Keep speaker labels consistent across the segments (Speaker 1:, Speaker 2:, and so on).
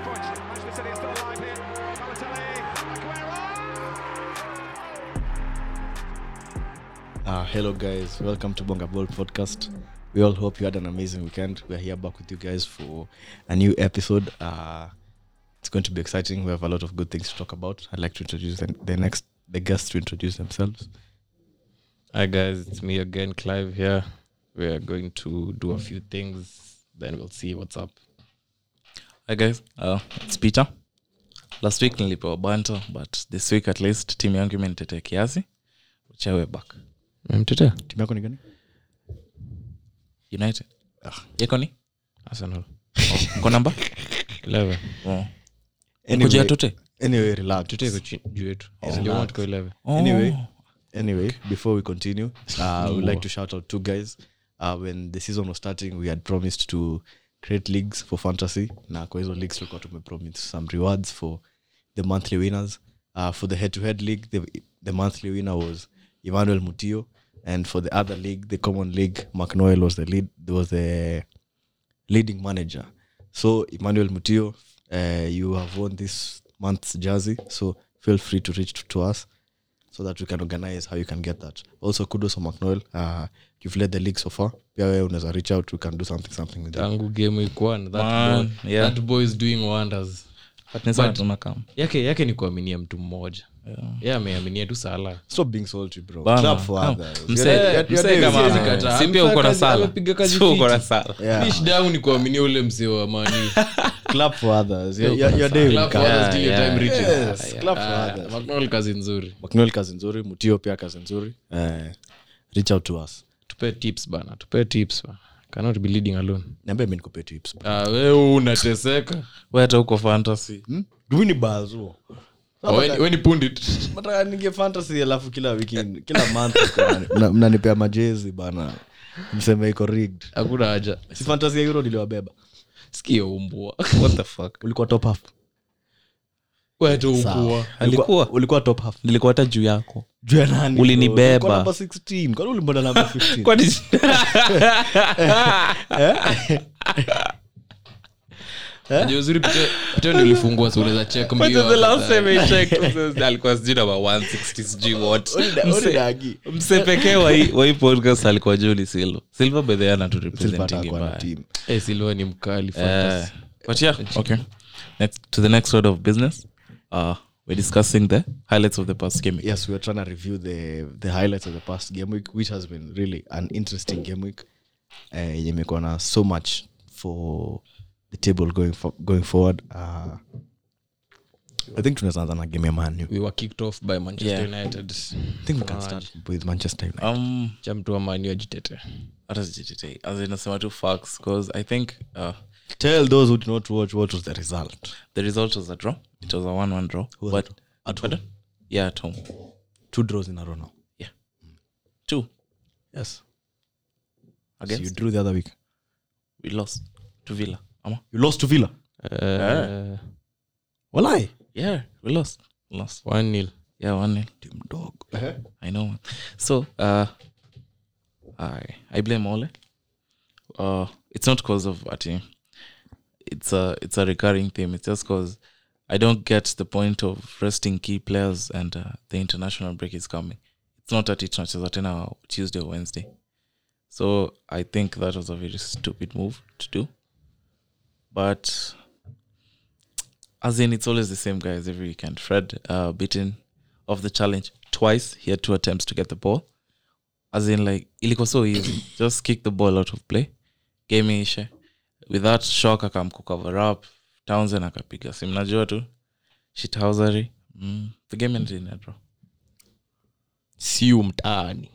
Speaker 1: City are still alive here. Balotelli, Aguero!
Speaker 2: Uh, hello, guys. Welcome to Bonga Ball Podcast. We all hope you had an amazing weekend. We're here back with you guys for a new episode. Uh, it's going to be exciting. We have a lot of good things to talk about. I'd like to introduce the, the next the guests to introduce themselves.
Speaker 3: Hi guys, it's me again, Clive here. We are going to do a few things, then we'll see what's up.
Speaker 4: Hi guys, uh, it's Peter. Last week nilipewa banter, but this week at least timu yangu imenitetea kiasi. Uchawe back.
Speaker 3: Mtete
Speaker 2: Timu yako ni gani?
Speaker 4: United. Ah, Yako ni?
Speaker 3: Arsenal
Speaker 4: Mko namba?
Speaker 3: 11
Speaker 4: Oh.
Speaker 2: Anyway-
Speaker 4: Kujia tute?
Speaker 2: Anyway, relax.
Speaker 3: Tete iko chi- juu yetu. Ndio
Speaker 2: relax.
Speaker 3: want go 11.
Speaker 4: Oh.
Speaker 2: Anyway, anyway, before we continue, uh, I would like to shout out two guys. Uh, when the season was starting, we had promised to create leagues for fantasy. Na kwa hizo leagues tulikuwa tumepromise some rewards for the monthly winners. Uh, for the head-to-head league, the, the monthly winner was Emmanuel Mutio, and for the other league, the common league, Mark Noel was the lead. Was the leading manager. So Emmanuel Mutio, uh, you have won this month's jersey. So feel free to reach to, to us so that we can organize how you can get that. Also, kudos for McNoel. Uh, you've led the league so far. Pia wewe unaweza reach out. We can do something something with that.
Speaker 3: Tangu game week one, that
Speaker 4: Man,
Speaker 3: boy,
Speaker 4: yeah.
Speaker 3: that boy is doing wonders.
Speaker 4: Partners wanatuma kama.
Speaker 3: Yake yake ni kuaminia mtu mmoja. Yeye ameaminia tu Salah.
Speaker 2: Stop being salty, bro.
Speaker 4: Bana.
Speaker 2: Clap for
Speaker 4: Come.
Speaker 2: others.
Speaker 4: Mse-
Speaker 2: You're- you're-
Speaker 4: mse
Speaker 2: you're
Speaker 4: kama
Speaker 2: doing-
Speaker 3: Siwezi
Speaker 4: wewe.
Speaker 3: kataa.
Speaker 4: Si pia
Speaker 3: Amefanya
Speaker 4: uko na
Speaker 3: kazi-
Speaker 4: Salah.
Speaker 3: amepiga kazi
Speaker 4: Si uko na
Speaker 3: fiti.
Speaker 4: Salah.
Speaker 2: Yeah.
Speaker 3: Ni shida yangu ni kuaminia ule mzee wa mani.
Speaker 2: Clap for others. You're- you're- you're doing
Speaker 3: Club
Speaker 2: it.
Speaker 3: others till your
Speaker 4: yeah, Uh,
Speaker 3: time reaches.
Speaker 2: Yes, clap for
Speaker 3: Ah,
Speaker 2: others.
Speaker 3: McDonald kazi nzuri.
Speaker 2: McNoel kazi nzuri. Mutio pia kazi nzuri. Eh, reach out to us.
Speaker 3: Tupe tips bana, tupe tips bana. Cannot be leading alone.
Speaker 2: Niambie mimi nikupe tips.
Speaker 3: Ah, wewe unateseka.
Speaker 4: Wewe hata uko fantasy.
Speaker 2: Hmm? Dumi ni bazo.
Speaker 3: Wewe wewe ni pundit.
Speaker 2: Nataka ninge fantasy alafu kila wiki kila month mna- mnanipea majezi bana. Mseme iko rigged.
Speaker 3: Hakuna haja.
Speaker 2: Si fantasy ya Euro niliwabeba.
Speaker 3: Sikia umbwa.
Speaker 4: What the fuck?
Speaker 2: Ulikuwa top half.
Speaker 3: Wewe tu umbwa.
Speaker 4: Eh? Alikuwa-
Speaker 2: ulikuwa top half
Speaker 4: Nilikuwa hata juu yako.
Speaker 2: juu ya nani
Speaker 4: Ulinibeba.
Speaker 2: Ulikuwa number 16 kwani ulimbona namba 15
Speaker 4: Kwani
Speaker 3: Unajua uzuri picha picha ndio ilifungua so unaweza check mbio.
Speaker 4: What is the last
Speaker 3: after.
Speaker 4: time I checked? Alikuwa sijui namba 160 sijui what.
Speaker 2: Ulida-
Speaker 4: Mse-
Speaker 2: ulidagi.
Speaker 4: mse pekee wa hii- wa hii podcast alikuwa juli silva silva bedhe ana
Speaker 2: Silva atakuwa na team.
Speaker 3: Eh, Silva ni mkali
Speaker 4: Eh.
Speaker 3: fantasy.
Speaker 4: but yeah okay next to the next order of business uh, we're discussing the highlights of the past game
Speaker 2: yes we were trying to review the the highlights of the past game week which has been really an interesting game week Eh, yenye imekuwa na so much for the table going for, going forward uh, i think tunaweza anza na game ya manu
Speaker 3: We were kicked off by Manchester
Speaker 4: Yeah.
Speaker 3: United.
Speaker 2: i think we can start with manchester united
Speaker 4: um
Speaker 3: Cha mtu wa Man U ajitete.
Speaker 4: hata sijitetea. as in nasema tu facts because i think uh,
Speaker 2: tell those who did not watch what was the result
Speaker 4: the result was a draw it was a one one draw
Speaker 2: Who was
Speaker 4: but
Speaker 2: it? at home.
Speaker 4: Pardon? yeah at home
Speaker 2: two draws in a row now
Speaker 4: two
Speaker 2: yes so
Speaker 4: against
Speaker 2: you drew the other week
Speaker 4: we lost to villa ama
Speaker 2: you lost to villa
Speaker 3: Eh,
Speaker 2: walai
Speaker 4: yeah we lost We lost
Speaker 3: 1-0.
Speaker 4: yeah one nil
Speaker 2: tim dog
Speaker 4: I know. So uh, I I blame Ole. Uh, it's not because of Ati. It's a it's a recurring theme. It's just because I don't get the point of resting key players and uh, the international break is coming. It's not at it tunacheza tena Tuesday or Wednesday. So I think that was a very stupid move to do. But as in it's always the same guys every weekend. Fred uh, beaten of the challenge twice. He had two attempts to get the ball. As in, like, ilikuwa so easy. Just kick the ball out of play. Game ishe. With that shock, akamku cover up. Townsend akapiga. Si mnajua tu. Shithousery. Mm. The game ended in a draw.
Speaker 3: Siu mtaani.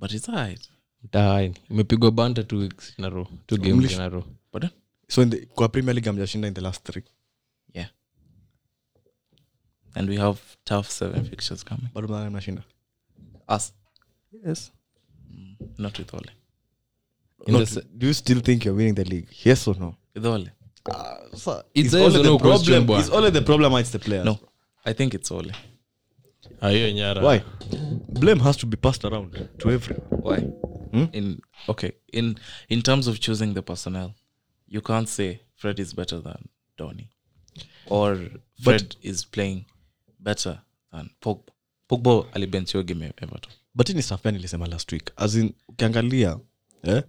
Speaker 4: But it's alright.
Speaker 3: Mtaani. Imepigwa banta two weeks in a row. Two games in a row.
Speaker 4: Pardon?
Speaker 2: so in the, kwa premier league amjashinda in the last three
Speaker 4: Yeah. And we have tough seven fixtures coming.
Speaker 2: bado mnadhani mnashinda
Speaker 4: Us.
Speaker 2: yes
Speaker 4: Not with Ole.
Speaker 3: In the
Speaker 2: Not,
Speaker 3: se-
Speaker 2: do you still think you're winning the league yes or no
Speaker 4: With Ole.
Speaker 2: Is
Speaker 3: a yes
Speaker 2: only the
Speaker 3: or no
Speaker 2: problem-
Speaker 3: question, bwana.
Speaker 2: is only the problem it's the players
Speaker 4: No. I think it's Ole.
Speaker 3: Ah, hiyo nyara.
Speaker 2: why blame has to be passed around to everyone
Speaker 4: Why?
Speaker 2: Hmm?
Speaker 4: In okay, in in terms of choosing the personnel, you can't say Fred is better than Donny. or Fred is playing better than Pogba. Pogba alibenchiwa game ya Everton.
Speaker 2: but hii ni stuff gani nilisema last week as in ukiangalia eh,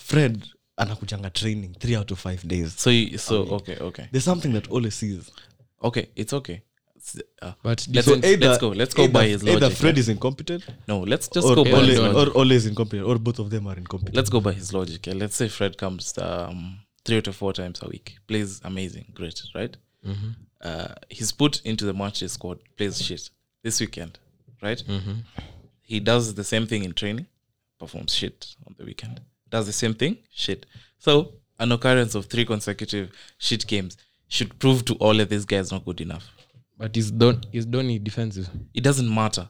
Speaker 2: fred anakujanga training three out of five days
Speaker 4: So you- so okay okay
Speaker 2: there's something that ole sees
Speaker 4: okay it's okay. S- uh,
Speaker 3: But
Speaker 4: let's,
Speaker 3: so
Speaker 4: let's go let's go
Speaker 2: either,
Speaker 4: by his
Speaker 2: either
Speaker 4: logic.
Speaker 2: fred
Speaker 4: yeah.
Speaker 2: is incompetent
Speaker 4: No, let's just
Speaker 2: or
Speaker 4: go by
Speaker 2: ole,
Speaker 4: his logic.
Speaker 2: or ole is incompetent or both of them are incompetent
Speaker 4: let's go by his logic. yeah. Let's say Fred comes um, three to four times a week, plays amazing, great, right? Uh, he's put into the match squad, plays shit this weekend, right? He does the same thing in training, performs shit on the weekend, does the same thing, shit. So an occurrence of three consecutive shit games should prove to all that this guy is not good enough.
Speaker 3: but is Don is Donny defensive?
Speaker 4: It doesn't matter,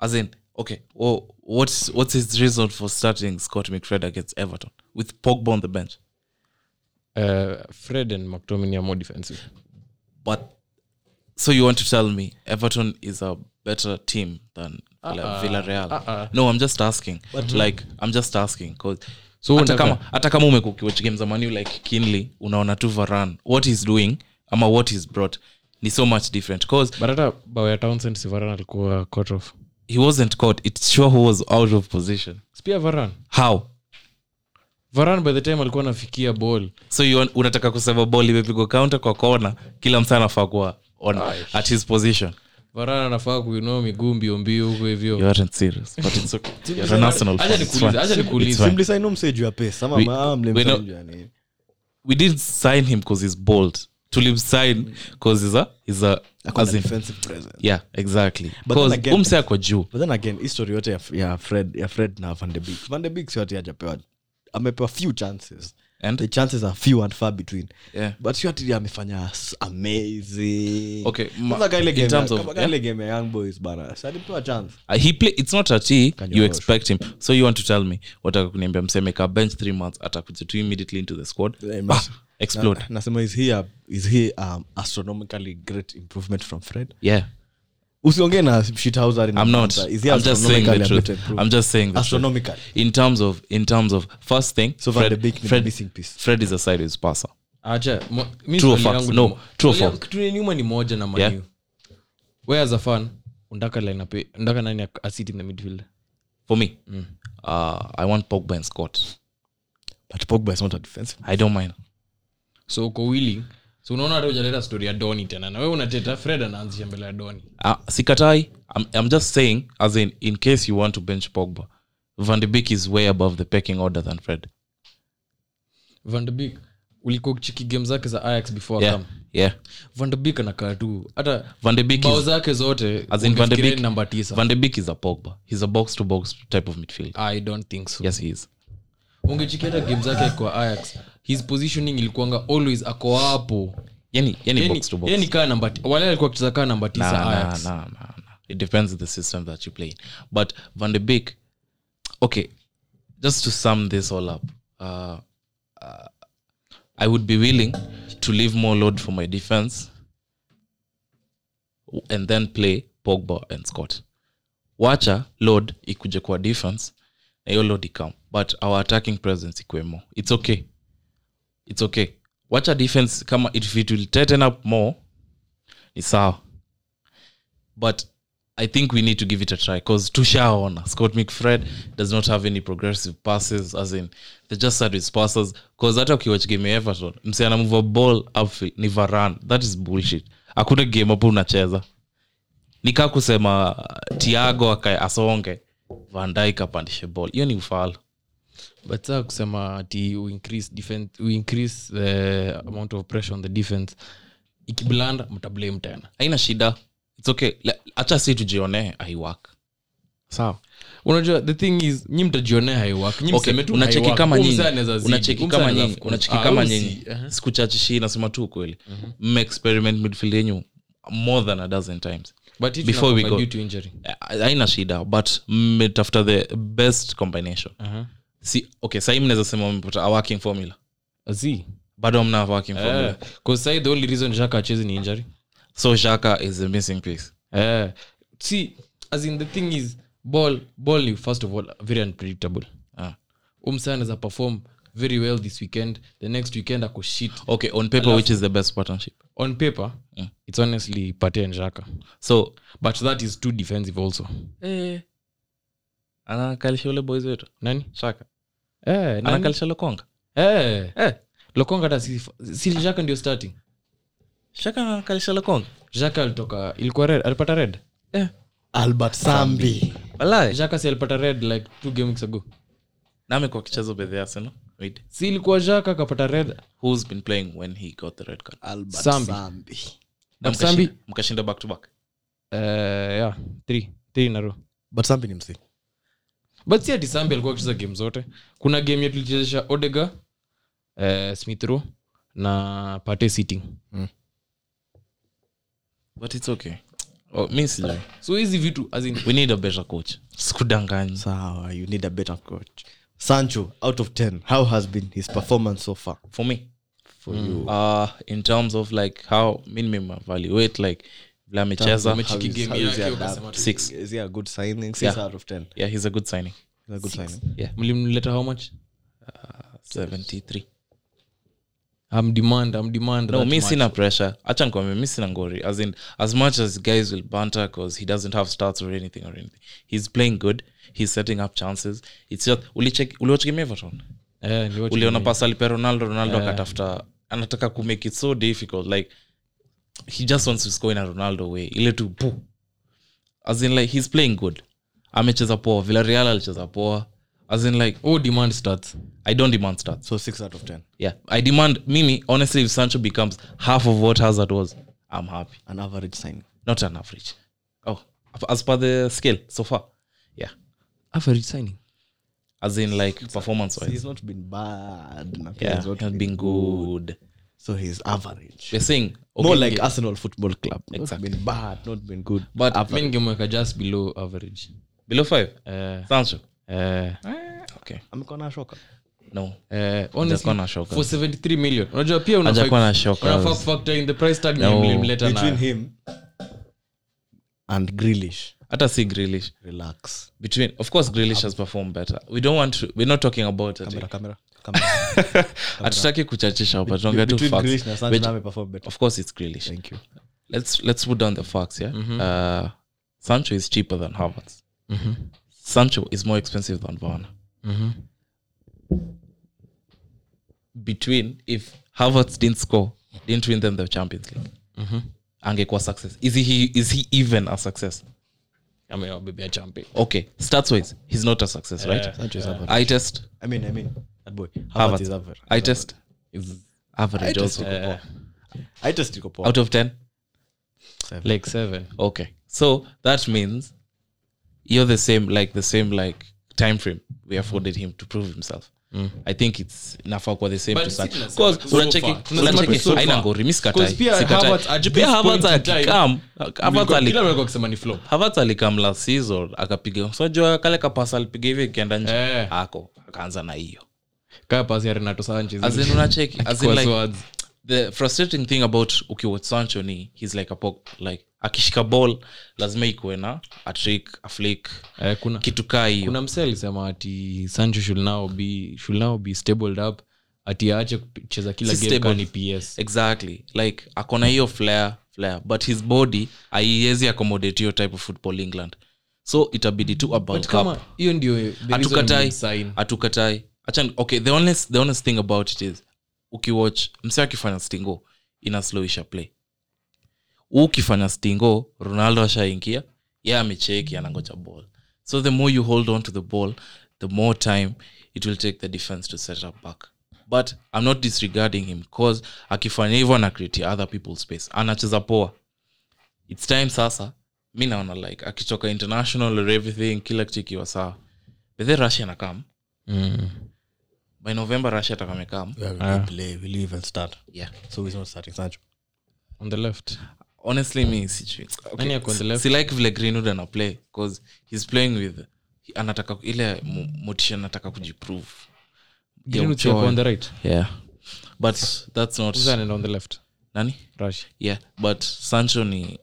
Speaker 4: as in. Okay, well, what's what's his reason for starting Scott McFred against Everton with Pogba on the bench?
Speaker 3: Uh, Fred and McTominay are more defensive.
Speaker 4: But so you want to tell me Everton is a better team than Villa-
Speaker 3: Uh-uh.
Speaker 4: Villarreal? No, I'm just asking. like I'm just asking because
Speaker 3: So
Speaker 4: hata
Speaker 3: unataka-
Speaker 4: kama hata kama umekukiwatch games za Man U like Kinley, unaona tu Varane what he's doing ama what he's brought ni so much different because
Speaker 3: But hata bao ya Townsend si Varane alikuwa cut off.
Speaker 4: he wasn't caught. It sure was out of position.
Speaker 3: Spia Varane.
Speaker 4: How?
Speaker 3: Varane by the time alikuwa anafikia ball.
Speaker 4: So you want, unataka kusema ball imepigwa counter kwa corner, kila mtu anafaa kuwa on at his position.
Speaker 3: Varane anafaa kuinua miguu mbio mbio huko hivyo.
Speaker 4: You aren't serious, but it's okay. You're an Arsenal fan.
Speaker 3: Acha
Speaker 4: It's fine.
Speaker 3: nikuulize, acha
Speaker 4: It's
Speaker 3: nikuulize.
Speaker 4: fine.
Speaker 2: simply say no msage your pace ama
Speaker 4: We-
Speaker 2: ma- ah, mle
Speaker 4: we know-
Speaker 2: msage your nini.
Speaker 4: we didn't sign him because he's bold. Tulimsign because he's a he's a
Speaker 2: Hakuna
Speaker 4: as in,
Speaker 2: defensive presence
Speaker 4: yeah exactly.
Speaker 2: But then
Speaker 4: Because
Speaker 2: again-
Speaker 4: umse ako juu.
Speaker 2: but then again history yote ya, ya fred ya fred na van de Beek. van de Beek si ati hajapewa amepewa few chances
Speaker 4: And-
Speaker 2: the chances are few and far between
Speaker 4: Yeah.
Speaker 2: but si ati amefanya s- amazing
Speaker 4: Okay, ma-
Speaker 2: Kwanza ka ile
Speaker 4: in
Speaker 2: game ya-
Speaker 4: terms of-
Speaker 2: kama ka ile game ya young boys bana si alipewa chance
Speaker 4: Uh, he play it's not a t you
Speaker 2: Kanyorosho.
Speaker 4: expect him so you want to tell me wataka kuniambia msemeka bench three months atakuja tu immediately into the squad
Speaker 2: Then
Speaker 4: bah,
Speaker 2: mas-
Speaker 4: Ah, explode
Speaker 2: Na- nasema is he, a, is he um, astronomically great improvement from fred
Speaker 4: yeah
Speaker 2: usiongee na shithauser in
Speaker 4: i'm not
Speaker 2: Atlanta. Is he
Speaker 4: i'm just saying the
Speaker 2: astronomically a
Speaker 4: truth
Speaker 2: better improvement?
Speaker 4: i'm just saying the truth.
Speaker 2: astronomical
Speaker 4: in terms of in terms of first thing
Speaker 2: so van de
Speaker 4: fred,
Speaker 2: Beek ni the
Speaker 4: fred,
Speaker 2: missing piece
Speaker 4: fred is a sideways passer
Speaker 3: acha mo- mi
Speaker 4: True or
Speaker 3: swali
Speaker 4: false?
Speaker 3: yangu ni
Speaker 4: No,
Speaker 3: mo-
Speaker 4: true or
Speaker 3: swali
Speaker 4: false?
Speaker 3: yangu- kitu ya nyuma ni moja na
Speaker 4: Yeah.
Speaker 3: maniu we as a fan undaka lineup ye- undaka nani ak- asit in the midfield
Speaker 4: for me
Speaker 2: Mm.
Speaker 4: uh, i want pogba and scott
Speaker 2: but pogba is not a defensive
Speaker 4: i don't mind
Speaker 3: so uko willing so unaona hata ujaleta story ya doni tena na we unateta fred anaanzisha mbele ya doni
Speaker 4: uh, sikatai I'm, i'm just saying as in in case you want to bench pogba van de Beek is way above the pecking order than fred
Speaker 3: van de Beek, ulikuwa ukicheki game zake za ajax before
Speaker 4: yeah
Speaker 3: akam
Speaker 4: yeah
Speaker 3: van de Beek anakaa tu hata
Speaker 4: van de Beek
Speaker 3: bao
Speaker 4: is,
Speaker 3: zake zote
Speaker 4: as in van de
Speaker 3: ungefikiria
Speaker 4: Beek,
Speaker 3: ni namba tisa
Speaker 4: van de Beek is a pogba he's a box to box type of midfield
Speaker 3: i don't think so
Speaker 4: yes he is
Speaker 3: ungechikia hata game zake kwa ajax his positioning ilikuanga always ako hapo
Speaker 4: yani yani
Speaker 3: Yeye ni-
Speaker 4: box to box
Speaker 3: yeye ni kaa namba ti- wale alikuwa akicheza kaa namba
Speaker 4: Nah,
Speaker 3: tisa
Speaker 4: nah,
Speaker 3: Ajax.
Speaker 4: nah, nah, nah. it depends on the system that you play in. but van de Beek, okay just to sum this all up uh, uh, i would be willing to leave more load for my defense and then play pogba and scott wacha load ikuje kwa defense na hiyo load ikam but our attacking presence ikuwe more it's okay it's okay wacha defense kama if it will tighten up more ni sawa but I think we need to give it a try because tushaona Scott McFred does not have any progressive passes as in they just start with passes because hata ukiwatch game ya Everton mse ana move a ball upfield ni Varane that is bullshit hakuna game hapo unacheza nikaa kusema uh, Thiago aka asonge Van Dijk apandishe ball hiyo ni ufala
Speaker 3: but saa kusema ati we increase, defen- we increase the amount of pressure on the defense ikiblanda mtablame tena
Speaker 4: haina shida it's okay Le- acha si tujione aiwak
Speaker 3: sawa unajua the thing is nyi mtajionea haiwak nyi
Speaker 4: Okay,
Speaker 3: mseme tu
Speaker 4: unacheki
Speaker 3: haiwak.
Speaker 4: kama
Speaker 3: Huyu
Speaker 4: nyinyi
Speaker 3: msee anaweza zidi.
Speaker 4: unacheki
Speaker 3: Huyu msee
Speaker 4: kama
Speaker 3: anaweza
Speaker 4: nyinyi
Speaker 3: fukuza.
Speaker 4: unacheki
Speaker 3: Ah,
Speaker 4: kishii
Speaker 3: huyu
Speaker 4: nyinyi
Speaker 3: si- Mm-hmm. aha.
Speaker 4: sikuchachishi nasema tu ukweli mmeexperiment midfield yenyu more than a dozen times
Speaker 3: But it
Speaker 4: Before we
Speaker 3: tunakuwa due
Speaker 4: go.
Speaker 3: to injury.
Speaker 4: A- haina shida but mmetafuta the best combination
Speaker 3: Aha.
Speaker 4: si okay sahii mnaweza sema mmepata a working formula Ah,
Speaker 3: Azi.
Speaker 4: bado mna working formula
Speaker 3: Eh, 'cause sahi the only reason Xhaka hachezi ni injury
Speaker 4: so shaka is a missing piece
Speaker 3: Eh, see as in the thing is ball ball ni first of all very unpredictable
Speaker 4: Ah.
Speaker 3: umsa anaweza perform very well this weekend the next weekend ako shit
Speaker 4: okay on paper which is the best partnership
Speaker 3: on paper
Speaker 4: Mm.
Speaker 3: it's honestly pate and Xhaka.
Speaker 4: so
Speaker 3: but that is too defensive also
Speaker 4: eh, anakalisha ule boys wetu
Speaker 3: nani
Speaker 4: shaka
Speaker 3: eh, nani?
Speaker 4: anakalisha lokonga
Speaker 3: eh,
Speaker 4: eh,
Speaker 3: lokonga hata si, si Xhaka ndio starting
Speaker 4: shaka anakalisha lokonga
Speaker 3: Xhaka alitoka ilikuwa red alipata red
Speaker 4: eh.
Speaker 2: albert sambi
Speaker 4: walai
Speaker 3: Xhaka si alipata red like two game weeks ago
Speaker 4: nami kwa kichezo bedhe asena wait
Speaker 3: si ilikuwa Xhaka akapata red
Speaker 4: who's been playing when he got the red card
Speaker 2: albert
Speaker 3: Sambi.
Speaker 2: sambi
Speaker 4: Na
Speaker 3: But Sambi-
Speaker 4: mkashinda- mkashinda back to back
Speaker 3: eh, yeah, three three in a row
Speaker 2: but sambi ni msi
Speaker 3: but si ati sambi alikuwa akicheza game zote kuna game ya tulichezesha odega eh, smith row na pate sitting
Speaker 4: but it's okay oh, mi sijui
Speaker 3: so hizi vitu as in,
Speaker 4: we need a better coach sikudanganya
Speaker 2: sawa you need a better coach sancho out of 10 how has been his performance so far
Speaker 4: for me
Speaker 2: for you
Speaker 4: uh, in terms of like how minimum evaluate like vile amecheza
Speaker 3: amechiki
Speaker 2: how is-
Speaker 3: game
Speaker 2: how is
Speaker 3: yake,
Speaker 2: he adapt?
Speaker 3: ukasema tu-
Speaker 4: six
Speaker 2: is he a good signing six
Speaker 4: Yeah.
Speaker 2: out of 10
Speaker 4: yeah he's a good signing
Speaker 2: a good signing
Speaker 3: mlimleta how much
Speaker 4: 73
Speaker 3: I'm demand, I'm demand
Speaker 4: no
Speaker 3: that
Speaker 4: mi
Speaker 3: much.
Speaker 4: sina pressure acha nikwambie mi sina ngori as in as much as guys will banter because he doesn't have starts or anything or anything he's playing good he's setting up chances it's just ulicheck- uliwatch game everton
Speaker 3: Eh, ni what you
Speaker 4: uliona
Speaker 3: mean.
Speaker 4: pasa alipea ronaldo ronaldo akatafuta anataka kumake it so difficult like he just wants to score in a ronaldo way ile tu pu as in like he's playing good amecheza poa villarreal alicheza poa as in like
Speaker 3: Oh, demand starts
Speaker 4: i don't demand stats
Speaker 2: so six out of 10
Speaker 4: yeah i demand mimi honestly if sancho becomes half of what hazard was i'm happy
Speaker 2: an average signing
Speaker 4: not an average oh as per the scale so far yeah
Speaker 3: average signing
Speaker 4: as in like performance
Speaker 2: he's
Speaker 4: wise
Speaker 2: not been bad na pia
Speaker 4: yeah
Speaker 2: he's not
Speaker 4: he's
Speaker 2: been-
Speaker 4: been good
Speaker 2: so he's average
Speaker 4: we're saying
Speaker 2: more
Speaker 4: okay,
Speaker 2: like arsenal football club
Speaker 4: Exactly.
Speaker 2: not been bad not been good
Speaker 3: but mi ningemweka just below average
Speaker 4: below five
Speaker 3: Eh,
Speaker 4: sancho
Speaker 3: eh,
Speaker 4: okay
Speaker 2: amekuwa na shoka
Speaker 4: no
Speaker 3: eh,
Speaker 4: Hajakuwa
Speaker 3: honestly
Speaker 4: na shoka.
Speaker 3: for 73 million unajua pia unafaa-
Speaker 4: Hajakuwa na shoka.
Speaker 3: unafaa factor in the price tag
Speaker 4: No.
Speaker 3: mlimleta
Speaker 2: between
Speaker 3: na
Speaker 2: him and Grealish,
Speaker 4: hata si Grealish.
Speaker 2: relax
Speaker 4: between of course Grealish has performed better we don't want to, we're not talking about it
Speaker 2: camera camera camera
Speaker 4: hatutaki kuchachisha hapa tunaongea tu
Speaker 2: between
Speaker 4: facts.
Speaker 2: Grealish na Sancho
Speaker 4: Bet-
Speaker 2: na ameperform better
Speaker 4: of course it's Grealish
Speaker 2: thank you
Speaker 4: let's let's put down the facts yeah
Speaker 2: Mm-hmm.
Speaker 4: uh, Sancho is cheaper than Havertz
Speaker 3: Mhm,
Speaker 4: Sancho is more expensive than Varane
Speaker 3: mhm.
Speaker 2: Mm-hmm.
Speaker 4: between if Havertz didn't score didn't win them the Champions League
Speaker 2: Mm-hmm.
Speaker 4: angekuwa success is he is he even a success
Speaker 3: amewabebea champe
Speaker 4: okay stats wise he's not a success right
Speaker 2: Sancho is average
Speaker 4: I test
Speaker 2: I mean I mean that boy Havertz is
Speaker 4: Havertz
Speaker 2: average
Speaker 4: I test
Speaker 3: Is-
Speaker 4: average also
Speaker 3: eh,
Speaker 2: I just think of
Speaker 4: out of 10
Speaker 3: like seven
Speaker 4: okay so that means you're the same like the same like time frame we afforded him to prove himself i think it's nafaa kwa the same
Speaker 3: But
Speaker 4: to
Speaker 3: si
Speaker 4: start.
Speaker 3: tunasema
Speaker 4: 'Cause
Speaker 3: so
Speaker 4: unacheki-
Speaker 3: far. Tunasema
Speaker 4: unacheki-
Speaker 3: so far.
Speaker 4: haina ngori, mi sikatai,
Speaker 3: 'Cause pia
Speaker 4: sikatai.
Speaker 3: Havertz at
Speaker 4: Pia
Speaker 3: this
Speaker 4: Havertz
Speaker 3: point in time-
Speaker 4: akikam- Havertz ali-
Speaker 3: Kila mtu alikuwa akisema ni flop
Speaker 4: Havertz alikam last season akapiga unajua kale kapasa alipiga hivi ikienda nje
Speaker 3: Eh.
Speaker 4: ako akaanza na hiyo
Speaker 3: kaa pasi ya renato sanchez
Speaker 4: As in unacheki, as in
Speaker 3: Kwa
Speaker 4: like-
Speaker 3: swords.
Speaker 4: the frustrating thing about ukiwatch sancho ni he's like a pop, like akishika ball lazima ikuwe na a trick a flick
Speaker 3: Eh, kuna
Speaker 4: kitu kaa hiyo
Speaker 3: kuna msee alisema ati sancho should now be, should now be stabled up ati aache kucheza kila
Speaker 4: Si
Speaker 3: game
Speaker 4: stable.
Speaker 3: kani ps
Speaker 4: exactly like akona hiyo flare flare but his body aiwezi accommodate hiyo type of football england so itabidi tu a bulk
Speaker 3: but
Speaker 4: up.
Speaker 3: kama hiyo ndio
Speaker 4: hatukatai
Speaker 3: sign
Speaker 4: Mm. hatukatai Acha- okay the honest, the honest thing about it is ukiwatch msi akifanya stingo ina slowisha play Huu ukifanya stingo ronaldo ashaingia ye amecheki anangoja ball so the more you hold on to the ball the more time it will take the defense to set up back but i'm not disregarding him cause akifanya hivyo anacreatia other people space anacheza poa its time sasa mi naona like akitoka international or everything kila kitu ikiwa sawa but then russia anakam
Speaker 3: mm.
Speaker 4: by november russia atakamekam
Speaker 2: where will he play will he even start
Speaker 4: yeah
Speaker 2: so he's not starting Sancho
Speaker 3: on the left
Speaker 4: honestly me sijui.
Speaker 3: Nani
Speaker 4: okay.
Speaker 3: ako on the left?
Speaker 4: si like vile greenwood anaplay bcause he's playing with anataka ile mo- motisha anataka kujiprove
Speaker 3: Greenwood
Speaker 4: uchoyo.
Speaker 3: yuko on the right
Speaker 4: yeah but that's not
Speaker 3: Sasa anaenda on the left
Speaker 4: nani
Speaker 3: rush
Speaker 4: yeah but sancho ni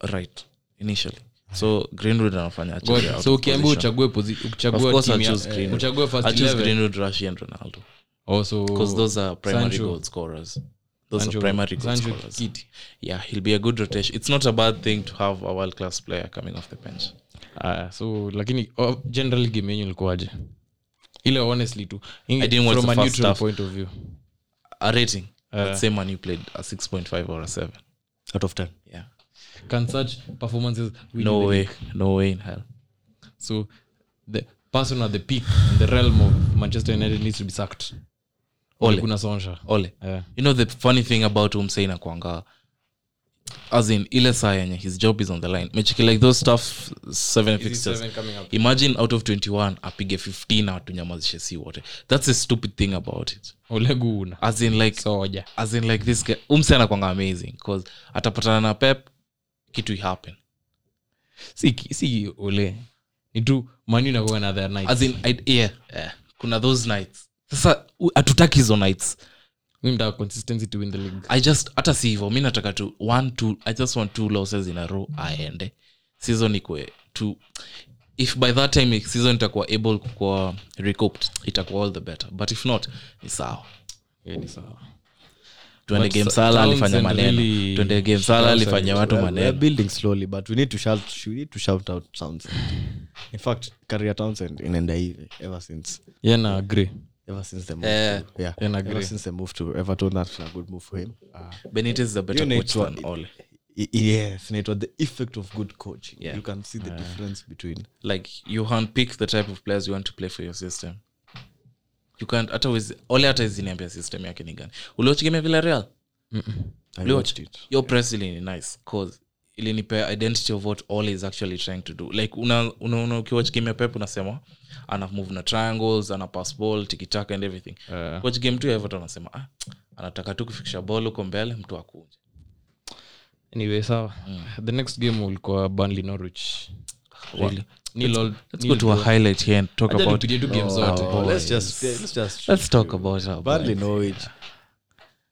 Speaker 4: right initially so greenwood anafanya acheze
Speaker 3: God,
Speaker 4: out of
Speaker 3: so ukiambia
Speaker 4: position.
Speaker 3: uchague posi-
Speaker 4: Of
Speaker 3: uchague
Speaker 4: course, I
Speaker 3: team ya- eh,
Speaker 4: choose Greenwood.
Speaker 3: uchague first
Speaker 4: I choose
Speaker 3: 11.
Speaker 4: Greenwood, Rashi, and Ronaldo
Speaker 3: Oh, so-
Speaker 4: because those are primary
Speaker 3: Sancho.
Speaker 4: goal scorers. Those
Speaker 3: Sancho-
Speaker 4: are primary goal
Speaker 3: Sancho
Speaker 4: scorers.
Speaker 3: Kiti.
Speaker 4: Yeah, he'll be a good rotation. It's not a bad thing to have a world class player coming off the bench.
Speaker 3: Ah, so lakini oh, general game yenyu ilikuwaje ile honestly tu in-
Speaker 4: I didn't watch
Speaker 3: from
Speaker 4: the
Speaker 3: a
Speaker 4: first
Speaker 3: neutral
Speaker 4: half.
Speaker 3: point of view
Speaker 4: A rating.
Speaker 3: Uh.
Speaker 4: Let's say man, you played a six point five or a seven.
Speaker 2: out of 10
Speaker 4: Yeah.
Speaker 3: can such performances win
Speaker 4: No
Speaker 3: the
Speaker 4: way.
Speaker 3: league?
Speaker 4: No way in hell.
Speaker 3: so the person at the peak in the realm of manchester united needs to be sacked
Speaker 4: Ole.
Speaker 3: kuna sonsha
Speaker 4: Ole.
Speaker 3: yeah.
Speaker 4: You know the funny thing about Umsei na Kwanga as in ile saa yenye his job is on the line. Mechiki like those tough seven fixtures. imagine out of 21 apige 15 na watunyamazishe si wote that's a stupid thing about it
Speaker 3: oleguna
Speaker 4: as in like
Speaker 3: soja
Speaker 4: as in like this guy umse anakwanga amazing bcause atapatana na pep kitu will happen
Speaker 3: si, si ole ni tu manu nakuwa na their night
Speaker 4: as in I, yeah, yeah kuna those nights sasa u- hatutaki hizo nights
Speaker 3: mi mtaka consistency to win the league
Speaker 4: i just hata si hivo mi nataka tu one two i just want two losses in a row aende season ikwe tu if by that time if season itakuwa able kukuwa recouped itakuwa all the better but if not ni sawa
Speaker 3: yeah, ni sawa
Speaker 4: tuende
Speaker 3: But
Speaker 4: game
Speaker 3: Sa-
Speaker 4: sala
Speaker 3: Townsend
Speaker 4: alifanya maneno
Speaker 3: really-
Speaker 4: tuende game sala alifanya watu
Speaker 2: Well, we're
Speaker 4: maneno
Speaker 2: building slowly but we need to shout, we need to shout out Townsend. in fact career Townsend inaenda hivi ever since
Speaker 3: yeah, na agree
Speaker 2: ever since the move
Speaker 4: Eh,
Speaker 2: to, yeah,
Speaker 3: and agree.
Speaker 2: ever since the move to Everton that's a good move for him uh,
Speaker 4: benitez is a
Speaker 2: You
Speaker 4: better
Speaker 2: need
Speaker 4: coach
Speaker 2: to-
Speaker 4: than ole
Speaker 2: i- i- yes and it was the effect of good coaching
Speaker 4: Yeah.
Speaker 2: you can see the difference between
Speaker 4: like you handpick the type of players you want to play for your system you can't hata wezi- ole hata iziniambia system yake ni gani uliochikemia villa real
Speaker 2: I
Speaker 4: Leo-
Speaker 2: watched it
Speaker 4: your press ilini nice cause ilinipea identity of what ole is actually trying to do like una- unaona ukiwatch game ya pep unasema ana move na triangles ana pass ball tikitaka and everything
Speaker 3: Eh.
Speaker 4: watch game tu ya everton anasema ah, anataka tu kufikisha ball huko mbele mtu akunje
Speaker 3: anyway sawa Mm. the next game ulikuwa burnley norwich
Speaker 4: really
Speaker 3: Nil all-
Speaker 4: let's
Speaker 3: nil
Speaker 4: go to a
Speaker 3: draw.
Speaker 4: highlight here and talk
Speaker 3: Acha
Speaker 4: about
Speaker 3: tupige tu game zote
Speaker 2: Oh, let's just let's just
Speaker 4: let's talk about our
Speaker 2: Burnley
Speaker 4: boys.
Speaker 2: Norwich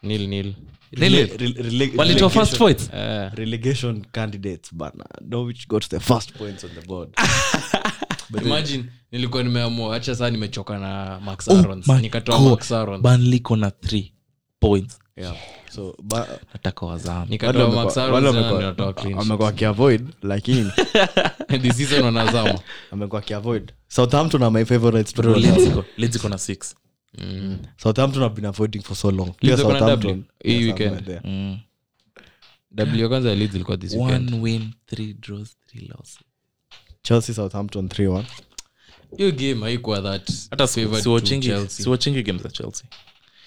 Speaker 3: nil nil
Speaker 4: Really?
Speaker 2: Rele- rele-
Speaker 4: walitoa first
Speaker 2: relegation-
Speaker 4: points
Speaker 3: Eh,
Speaker 2: relegation candidates bana Norwich got the first points on the board
Speaker 3: imagine nilikuwa nimeamua acha saa nimechoka na max arons nikatoa
Speaker 4: Oh God.
Speaker 3: max arons
Speaker 4: Burnley kona th points
Speaker 2: yeah so ba-
Speaker 4: nataka wazame
Speaker 2: wale
Speaker 3: nikatoa
Speaker 2: wamekuwa-
Speaker 3: max
Speaker 2: wale
Speaker 3: arons
Speaker 2: wamekuwa-
Speaker 3: na nikatoa clean sheet.
Speaker 2: wamekuwa wakiavoid lakini
Speaker 3: this season wanazama
Speaker 2: amekuwa akiavoid southampton are my favorites to go now.
Speaker 4: ledzikona six
Speaker 2: southampton have been avoiding for so long Clear
Speaker 3: Leeds wako na
Speaker 2: southampton
Speaker 3: Dublin hii
Speaker 2: Yeah,
Speaker 3: weekend.
Speaker 2: somewhere there.
Speaker 4: Mm.
Speaker 3: w ya kwanza ya leeds ilikuwa this weekend
Speaker 4: one win three draws three losses
Speaker 2: chelsea southampton 3-1
Speaker 3: hiyo game haikuwa that
Speaker 4: hata
Speaker 3: favored to Chelsea.
Speaker 4: siwachingi game za chelsea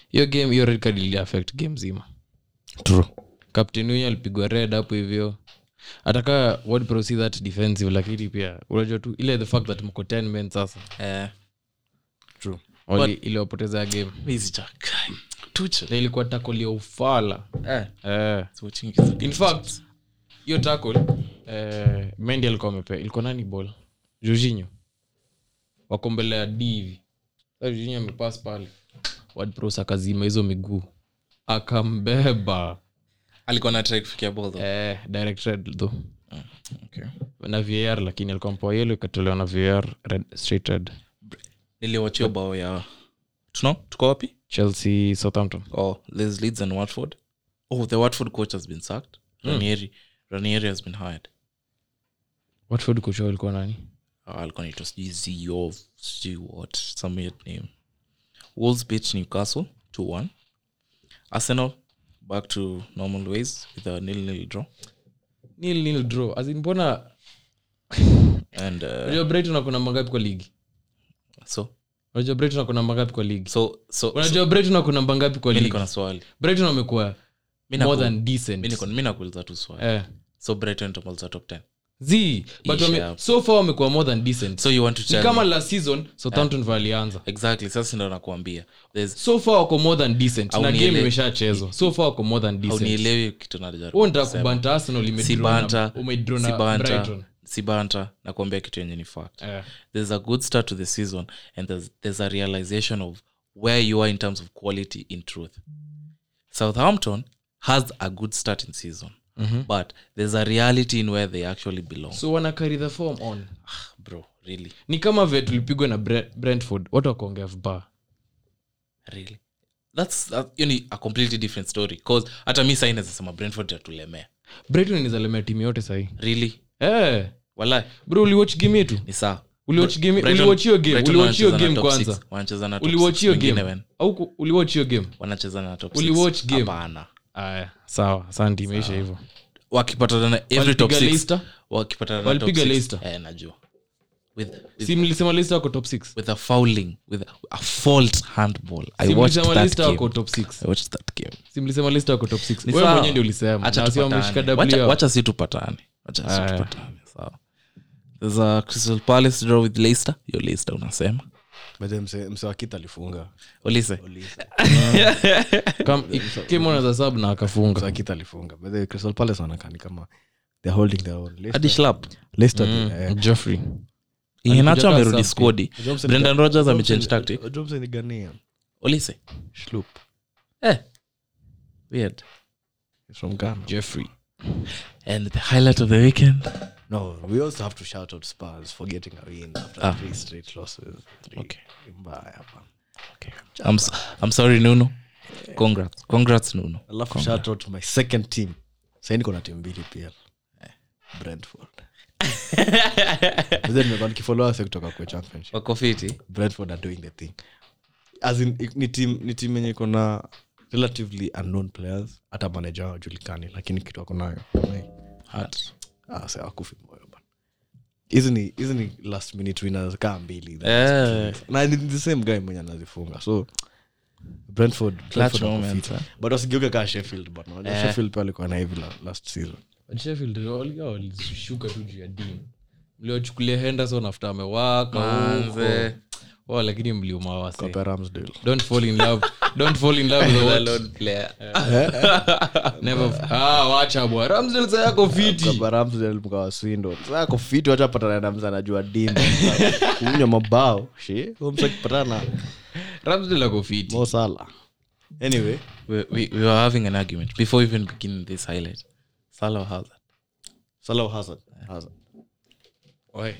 Speaker 3: hiyo game hiyo red card ili affect game zima
Speaker 2: true
Speaker 3: captain huyo alipigwa red hapo hivyo ataka word pro si that defensive lakini pia unajua tu ile the fact that mko 10 men sasa
Speaker 4: Eh.
Speaker 2: true
Speaker 3: wali iliwapoteza ya game na ilikuwa tackle ya ufala eh. in fact hiyo tackle eh, mendi alikuwa amepea ilikuwa nani ball jorginho wako mbele ya d hivi Sasa jorginho amepass pale ward pro akazima hizo miguu akambeba
Speaker 4: alikuwa na try kufikia ball though.
Speaker 3: eh, direct red though
Speaker 4: Okay.
Speaker 3: na var lakini alikuwa mpoa yelo ikatolewa na var red, straight red
Speaker 4: niliwachia bao ya tuno tuko wapi
Speaker 3: chelsea southampton
Speaker 4: oh there's leeds and watford Hmm. oh the watford coach has been sacked ranieri ranieri has been hired
Speaker 3: watford kuchao ilikuwa nani
Speaker 4: Ah, alikuwa naitwa sijui Ziyov, sijui what some weird name wolves beat newcastle 2-1 arsenal back to normal ways with a nil nil draw
Speaker 3: nil nil draw as in mbona
Speaker 4: and uh,
Speaker 3: unajua brighton akona mangapi kwa ligi
Speaker 4: so
Speaker 3: unajua brighton akona mangapi kwa ligi
Speaker 4: so so so-
Speaker 3: unajua brighton akona mangapi kwa
Speaker 4: mi
Speaker 3: ligi
Speaker 4: niko na swali
Speaker 3: brighton amekuwa
Speaker 4: Mi
Speaker 3: more
Speaker 4: naku-
Speaker 3: than
Speaker 4: mi niko-
Speaker 3: decent
Speaker 4: mi nakuuliza tu swali
Speaker 3: eh.
Speaker 4: so brighton itamaliza top 10
Speaker 3: z but
Speaker 4: Ish,
Speaker 3: wame-
Speaker 4: yeah.
Speaker 3: so far wamekuwa more than decent
Speaker 4: so Eh. you want to
Speaker 3: ni
Speaker 4: tell
Speaker 3: kama
Speaker 4: me-
Speaker 3: last season southampton valianza
Speaker 4: exactly sasa ndo nakuambia there's
Speaker 3: so far wako more than decent na game
Speaker 4: Haunielewi.
Speaker 3: imeshachezwa so far wako more than decent
Speaker 4: unielewi kitu najaribu
Speaker 3: Wewe unataka
Speaker 4: kusema.
Speaker 3: kubanta arsenal
Speaker 4: si
Speaker 3: imedraw na-
Speaker 4: banta
Speaker 3: umedraw
Speaker 4: si
Speaker 3: na
Speaker 4: banta,
Speaker 3: Brighton.
Speaker 4: si banta nakuambia kitu yenye ni fact
Speaker 3: Eh.
Speaker 4: there's a good start to the season and there's, there's a realization of where you are in terms of quality in truth southampton has a good start in season but there's a reality in where they actually belong
Speaker 3: Mm-hmm.
Speaker 4: Ah,
Speaker 3: so wana carry the form on
Speaker 4: bro really
Speaker 3: ni kama vile tulipigwa na Bre- brentford watu wakaongea vibaya
Speaker 4: really that's that, you need a completely different story cause hata mi sai nazasema brentford yatulemea
Speaker 3: breton inazalemea timu yote sahii
Speaker 4: really
Speaker 3: eh
Speaker 4: walai
Speaker 3: bro uliwatch game yetu
Speaker 4: ni saa
Speaker 3: uliwatch game
Speaker 4: Brighton-
Speaker 3: uliwatch hiyo game
Speaker 4: Brighton
Speaker 3: uliwatch hiyo
Speaker 4: wanacheza na
Speaker 3: game kwanza
Speaker 4: top six. Wanacheza na top
Speaker 3: uliwatch hiyo
Speaker 4: six. Wengine
Speaker 3: game
Speaker 4: wen-
Speaker 3: au ku- uliwatch hiyo game
Speaker 4: wanacheza na top
Speaker 3: Uliwatch
Speaker 4: six.
Speaker 3: game?
Speaker 4: Hapana.
Speaker 3: aya sawa asante imeisha hivyo
Speaker 4: wakipatana na every top
Speaker 3: Walipiga
Speaker 4: six.
Speaker 3: Leicester?
Speaker 4: wakipatana na top
Speaker 3: Walipiga
Speaker 4: six.
Speaker 3: Leicester?
Speaker 4: Eh, najua with, with,
Speaker 3: si mlisema lista wako top six?
Speaker 4: with a fouling with a fault handball I
Speaker 3: Si
Speaker 4: watched
Speaker 3: mlisema
Speaker 4: that
Speaker 3: lista
Speaker 4: game.
Speaker 3: wako top six?
Speaker 4: I watched that game
Speaker 3: Si mlisema lista wako top six?
Speaker 4: Ni
Speaker 3: Wewe
Speaker 4: sawa.
Speaker 3: mwenyewe ndio ulisema
Speaker 4: Acha
Speaker 3: na si
Speaker 4: tupatane.
Speaker 3: wameshika W
Speaker 4: Wacha-
Speaker 3: hapo.
Speaker 4: wacha si tupatane wacha si
Speaker 3: Aya.
Speaker 4: tupatane sawa there's a crystal palace draw with leicester yo leicester unasema
Speaker 2: msewakita alifunga
Speaker 4: olise
Speaker 3: Kam- it came on as a sub na akafunga
Speaker 2: msewakita alifunga By the way, crystal palace wanakani kama they're holding their own Leicester-
Speaker 4: hadi schlapp
Speaker 2: Leicester,
Speaker 3: Mm,
Speaker 2: eh,
Speaker 3: Joffrey.
Speaker 4: inacho
Speaker 3: kama
Speaker 4: amerudi
Speaker 3: safi.
Speaker 4: squadi
Speaker 2: Johnson-
Speaker 4: brendan rogers
Speaker 2: Johnson-
Speaker 4: amechange tactic
Speaker 2: Johnson ni Ghanaian.
Speaker 4: olise
Speaker 2: Schlupp.
Speaker 4: eh weird
Speaker 2: He's from Ghana.
Speaker 3: Jeffrey.
Speaker 4: and the highlight of the weekend
Speaker 2: No, we also have to shout out Spurs for getting a win after
Speaker 4: Ah.
Speaker 2: three straight losses. Three-
Speaker 4: Okay.
Speaker 2: Mbaya, man.
Speaker 4: I'm, s- I'm sorry nuno congrats congrats nuno
Speaker 2: alafu shout out my second team Sasa niko na timu mbili pia Eh, brentford Sasa nimekuwa nikifollow wase kutoka kwa championship
Speaker 4: wako fiti
Speaker 2: brentford are doing the thing as in i- ni team ni team yenye iko na relatively unknown players hata manager wao hajulikani lakini kitu ako nayo Ah, sasa hawakufi moyo bana hizi ni hizi ni last minute winners kaa mbili
Speaker 4: Eh.
Speaker 2: na ni the same guy mwenye anazifunga so brentford, brentford wako
Speaker 4: moments,
Speaker 2: fit.
Speaker 4: eh.
Speaker 2: but wasigeuke kaa sheffield but unajua sheffield pia walikuwa na hivi la- last season
Speaker 4: Eh.
Speaker 3: Sheffield wali- walishuka tu juu ya dini mliochukulia henderson after amewaka
Speaker 4: Manze.
Speaker 3: huko. Oh, lakini mliuma wase
Speaker 2: Compare Ramsdale.
Speaker 3: don't fall in love don't fall in love with what- Never f- Ah, wacha bwa ramsdale sasa yako fiti
Speaker 2: Compare Ramsdale mkawa Swindon. Sasa ako fit, wacha apatane na mzee anajua dimba. Kunywa mabao she huyo mzee akipatana na
Speaker 3: ramsdale ako fiti
Speaker 2: Mo Salah. anyway
Speaker 4: we, we, we were having an argument before even beginning this highlight Salah or Hazard.
Speaker 2: Salah au Hazard? Hazard.
Speaker 3: Oi.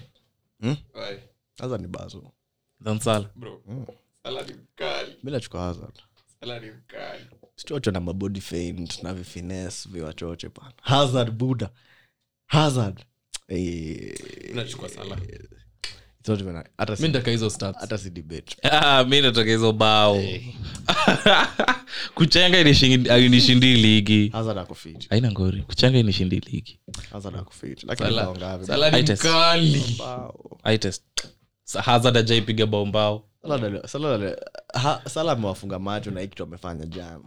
Speaker 2: Hmm?
Speaker 3: Oi.
Speaker 2: Hazard ni bazo
Speaker 4: Then Salah.
Speaker 2: mi nachukua Hazard. Sitocho na mabody faint na vifines viwachoche pana hazard buda hazard Eh, it's not even a- hata si-
Speaker 3: mi ndaka hizo stats
Speaker 2: hata si debate
Speaker 4: Ah, mi nataka hizo bao kuchenga inishindi- inishindii ligi
Speaker 2: hazard ako fit
Speaker 4: aina ngori kuchenga inishindii ligi
Speaker 2: hazard ako fit lakini bao ngapi
Speaker 3: Salah ni
Speaker 4: Highest.
Speaker 3: mkali
Speaker 2: Bao.
Speaker 4: itest hazard ajaipiga bao mbao
Speaker 2: Salah dali- Salah dali- Ha- Salah amewafunga macho na hii kitu amefanya jana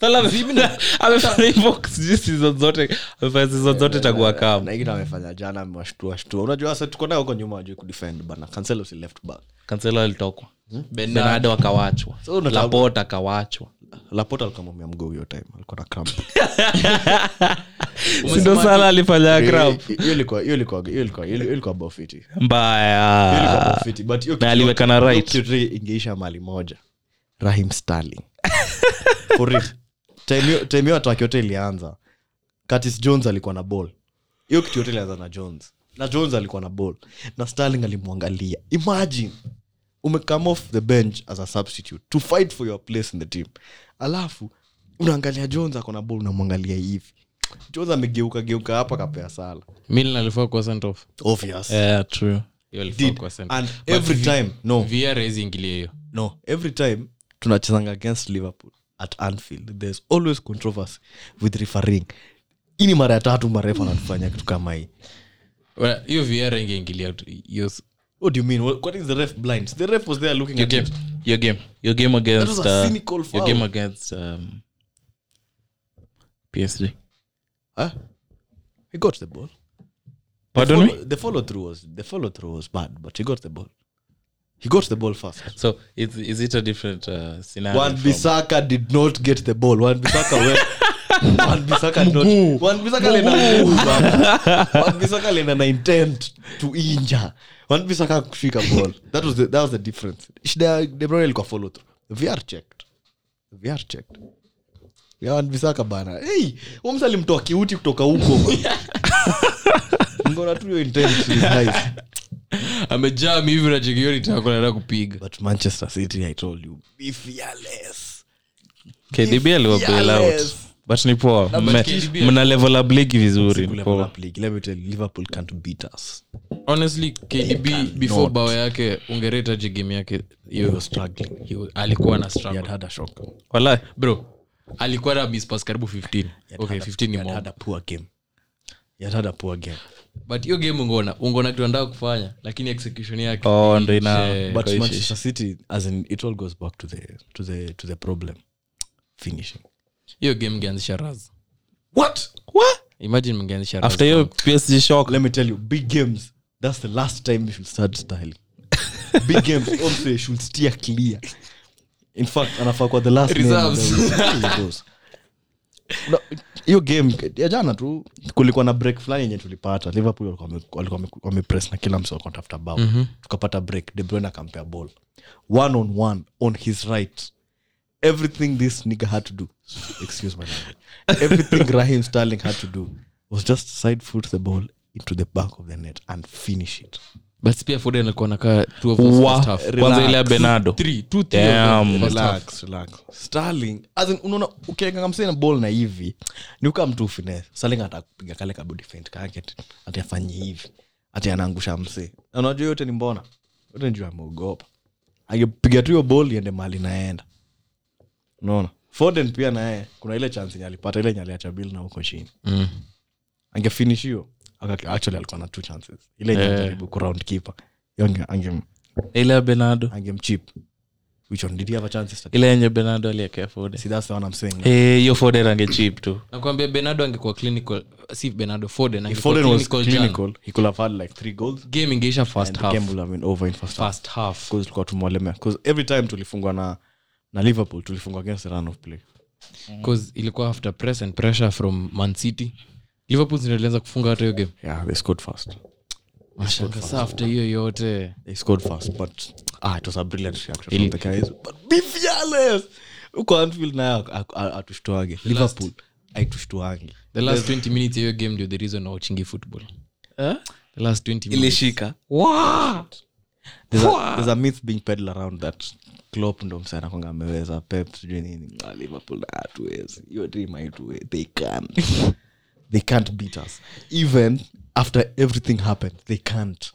Speaker 4: Salah amefanya- amefanya hivyo sijui season zote amefanya season zote tagua
Speaker 2: na
Speaker 4: kam
Speaker 2: hii kitu amefanya jana amewashtua shtua unajua sasa tuko nayo huko nyuma ajui kudefend bana Cancelo si left back
Speaker 4: kanselo alitokwa benado akawachwa
Speaker 2: Hmm? So unataka-
Speaker 4: lapot akawachwa
Speaker 2: Laporta alikuwa ameumia mguu hiyo time alikuwa na cramp
Speaker 4: sindo sala alifanya crab
Speaker 2: Hiyo- hiyo ilikuwa hiyo ilikuwa hiyo ilikuwa hiyo ilikuwa bao fiti
Speaker 4: mbaya
Speaker 2: Ilikuwa fiti, Yaani but hiyo
Speaker 4: Ah, na
Speaker 2: kitu-
Speaker 4: aliweka na
Speaker 2: hiyo
Speaker 4: right.
Speaker 2: kitu ingeisha mali moja rahim starling For real. Time hiyo- time hiyo ataki yote ilianza Curtis jones alikuwa na ball hiyo kitu yote ilianza na jones na jones alikuwa na ball na starling alimwangalia imagine umecome off the bench as a substitute to fight for your place in the team alafu unaangalia jones ako na ball unamwangalia hivi jones amegeuka geuka hapa kapea sala
Speaker 3: milan alifaa kuwa sent off
Speaker 2: obvious
Speaker 4: yeah true
Speaker 3: Hiyo alifaa
Speaker 2: Did.
Speaker 3: kuwa sent off.
Speaker 2: and every time no
Speaker 3: VR haizi ingilia hiyo
Speaker 2: no every time tunachezanga against liverpool at anfield there's always controversy with referring hii ni mara ya tatu marefu anatufanya kitu kama hii
Speaker 3: Well, hiyo VR ingeingilia tu- hiyo uh, s-
Speaker 2: what do you mean what, what is the ref blind the ref was there looking
Speaker 4: your
Speaker 2: at
Speaker 4: game
Speaker 2: it.
Speaker 4: your game your game against
Speaker 2: was a
Speaker 4: uh,
Speaker 2: cynical
Speaker 4: your
Speaker 2: foul.
Speaker 4: game against um, PSG.
Speaker 2: huh? he got the ball
Speaker 4: Pardon
Speaker 2: the
Speaker 4: me.
Speaker 2: follow, the follow through was the follow through was bad but he got the ball he got the ball first
Speaker 4: So is is it a different uh, scenario?
Speaker 2: Wan
Speaker 4: from-
Speaker 2: Bissaka did not get the ball. Wan Bissaka went. Wan Bissaka did not. Wan Bissaka lenda mguu, bana. Wan Bissaka lenda na intent to injure. Wan Bissaka kushika ball. That was the that was the difference. Shida ya De Bruyne alikuwa follow through. VR checked. VR checked. Yawan Bisaka bana hey, Wamsa alimtoa kiuti kutoka huko bana. Ngona tu hiyo intent is nice.
Speaker 3: amejaa mivi na chekioni takonaa kupiga
Speaker 2: but manchester city i told you be fearless
Speaker 4: kdb aliwa bail out
Speaker 2: Fearless.
Speaker 4: but ni poa
Speaker 3: but
Speaker 4: Mme-
Speaker 3: KDB
Speaker 4: mna level up league vizuri ni
Speaker 2: Liverpool
Speaker 4: poa
Speaker 2: up league. Let me tell you, liverpool can't beat us
Speaker 3: honestly kdb before bao yake ungereta game yake
Speaker 2: we
Speaker 3: hiyo
Speaker 2: were struggling
Speaker 3: hiyo alikuwa na
Speaker 2: he
Speaker 3: struggle.
Speaker 2: had had a shock He
Speaker 4: Walai,
Speaker 3: bro alikuwa na mispas karibu 15
Speaker 2: had
Speaker 3: okay
Speaker 2: had a-
Speaker 3: 15 ni
Speaker 2: he had
Speaker 3: mob
Speaker 2: had a poor game he had had a poor game
Speaker 3: but hiyo game ungona ungona kitu anataka kufanya lakini execution yake
Speaker 4: Oh, ndo ina-
Speaker 3: Eh,
Speaker 2: but
Speaker 4: Koichi.
Speaker 2: manchester city as in it all goes back to the to the to the problem finishing
Speaker 3: hiyo game ngeanzisha raz
Speaker 2: what
Speaker 3: imagine mngeanzisha Raz.
Speaker 4: after hiyo psg shock
Speaker 2: let me tell you big games that's the last time you should start styling big games also you should steer clear in fact anafaa kwa the last name
Speaker 3: Reserves.
Speaker 2: that we see in those. No, hiyo game ya jana tu kulikuwa na break fulani yenye tulipata liverpool walikuwa wame- walikuwa wame- wamepress na kila msi walikuwa wanatafuta bao tukapata break de bruyne akampea ball one on one on his right everything this nigga had to do excuse my language everything Raheem Sterling had to do was just side foot the ball into the back of the net and finish it
Speaker 3: but pia foden alikuwa nakaa two of those first
Speaker 4: wa
Speaker 3: half.
Speaker 4: kwanza ile ya benado
Speaker 3: Three, two, three of those
Speaker 4: Damn.
Speaker 3: first half.
Speaker 2: relax Sterling as in unaona ukilenga msee na ball na hivi ni ukaa mtu finesse Sterling atakupiga kale ka body feint kake ati- ati afanye hivi ati anaangusha msee na unajua yote ni mbona yote njua ameogopa akipiga tu hiyo ball iende mahali naenda unaona Foden pia naye kuna ile chance yenye alipata ile yenye aliacha Bill na huko chini
Speaker 3: Mm.
Speaker 2: angefinish hiyo aka- actually alikuwa na two chances ile yenye alijaribu kuround keeper hiyo ange- ange-
Speaker 4: ile ya benado
Speaker 2: angemchip which one did he have a chance yesterday?
Speaker 4: ile yenye benado aliekea fode
Speaker 2: see that's the one i'm saying
Speaker 4: Eh, hiyo fode rangechip tu
Speaker 3: nakwambia benado angekuwa clinical si benado foden
Speaker 2: if
Speaker 3: angekuwa
Speaker 2: Foden was
Speaker 3: clinical jana.
Speaker 2: clinical he could have had like three goals
Speaker 3: game ingeisha first
Speaker 2: and the game
Speaker 3: half
Speaker 2: would have been over in first half
Speaker 3: first half
Speaker 2: because tulikuwa tumewalemea because every time tulifungwa na na liverpool tulifungwa against the run of play
Speaker 3: because Mm. ilikuwa after press and pressure from man city liverpool ndio ilianza kufunga hata hiyo game
Speaker 2: yeah they scored fast
Speaker 3: mashaka saa after hiyo yote
Speaker 2: they scored fast but ah it was a brilliant reaction from the guys but be fearless uko anfield nayo atushtuage liverpool aitushtuangi
Speaker 3: the last 20 minutes ya hiyo game ndio the reason wauchingi football
Speaker 4: Eh?
Speaker 3: the last 20 minutes
Speaker 4: ilishika
Speaker 2: there's a, there's a myth being peddled around that clop ndo msanakonga ameweza pep sijui nini Ah, liverpool hatuwezi hiyo dream haituwe they can't they can't beat us even after everything happened they can't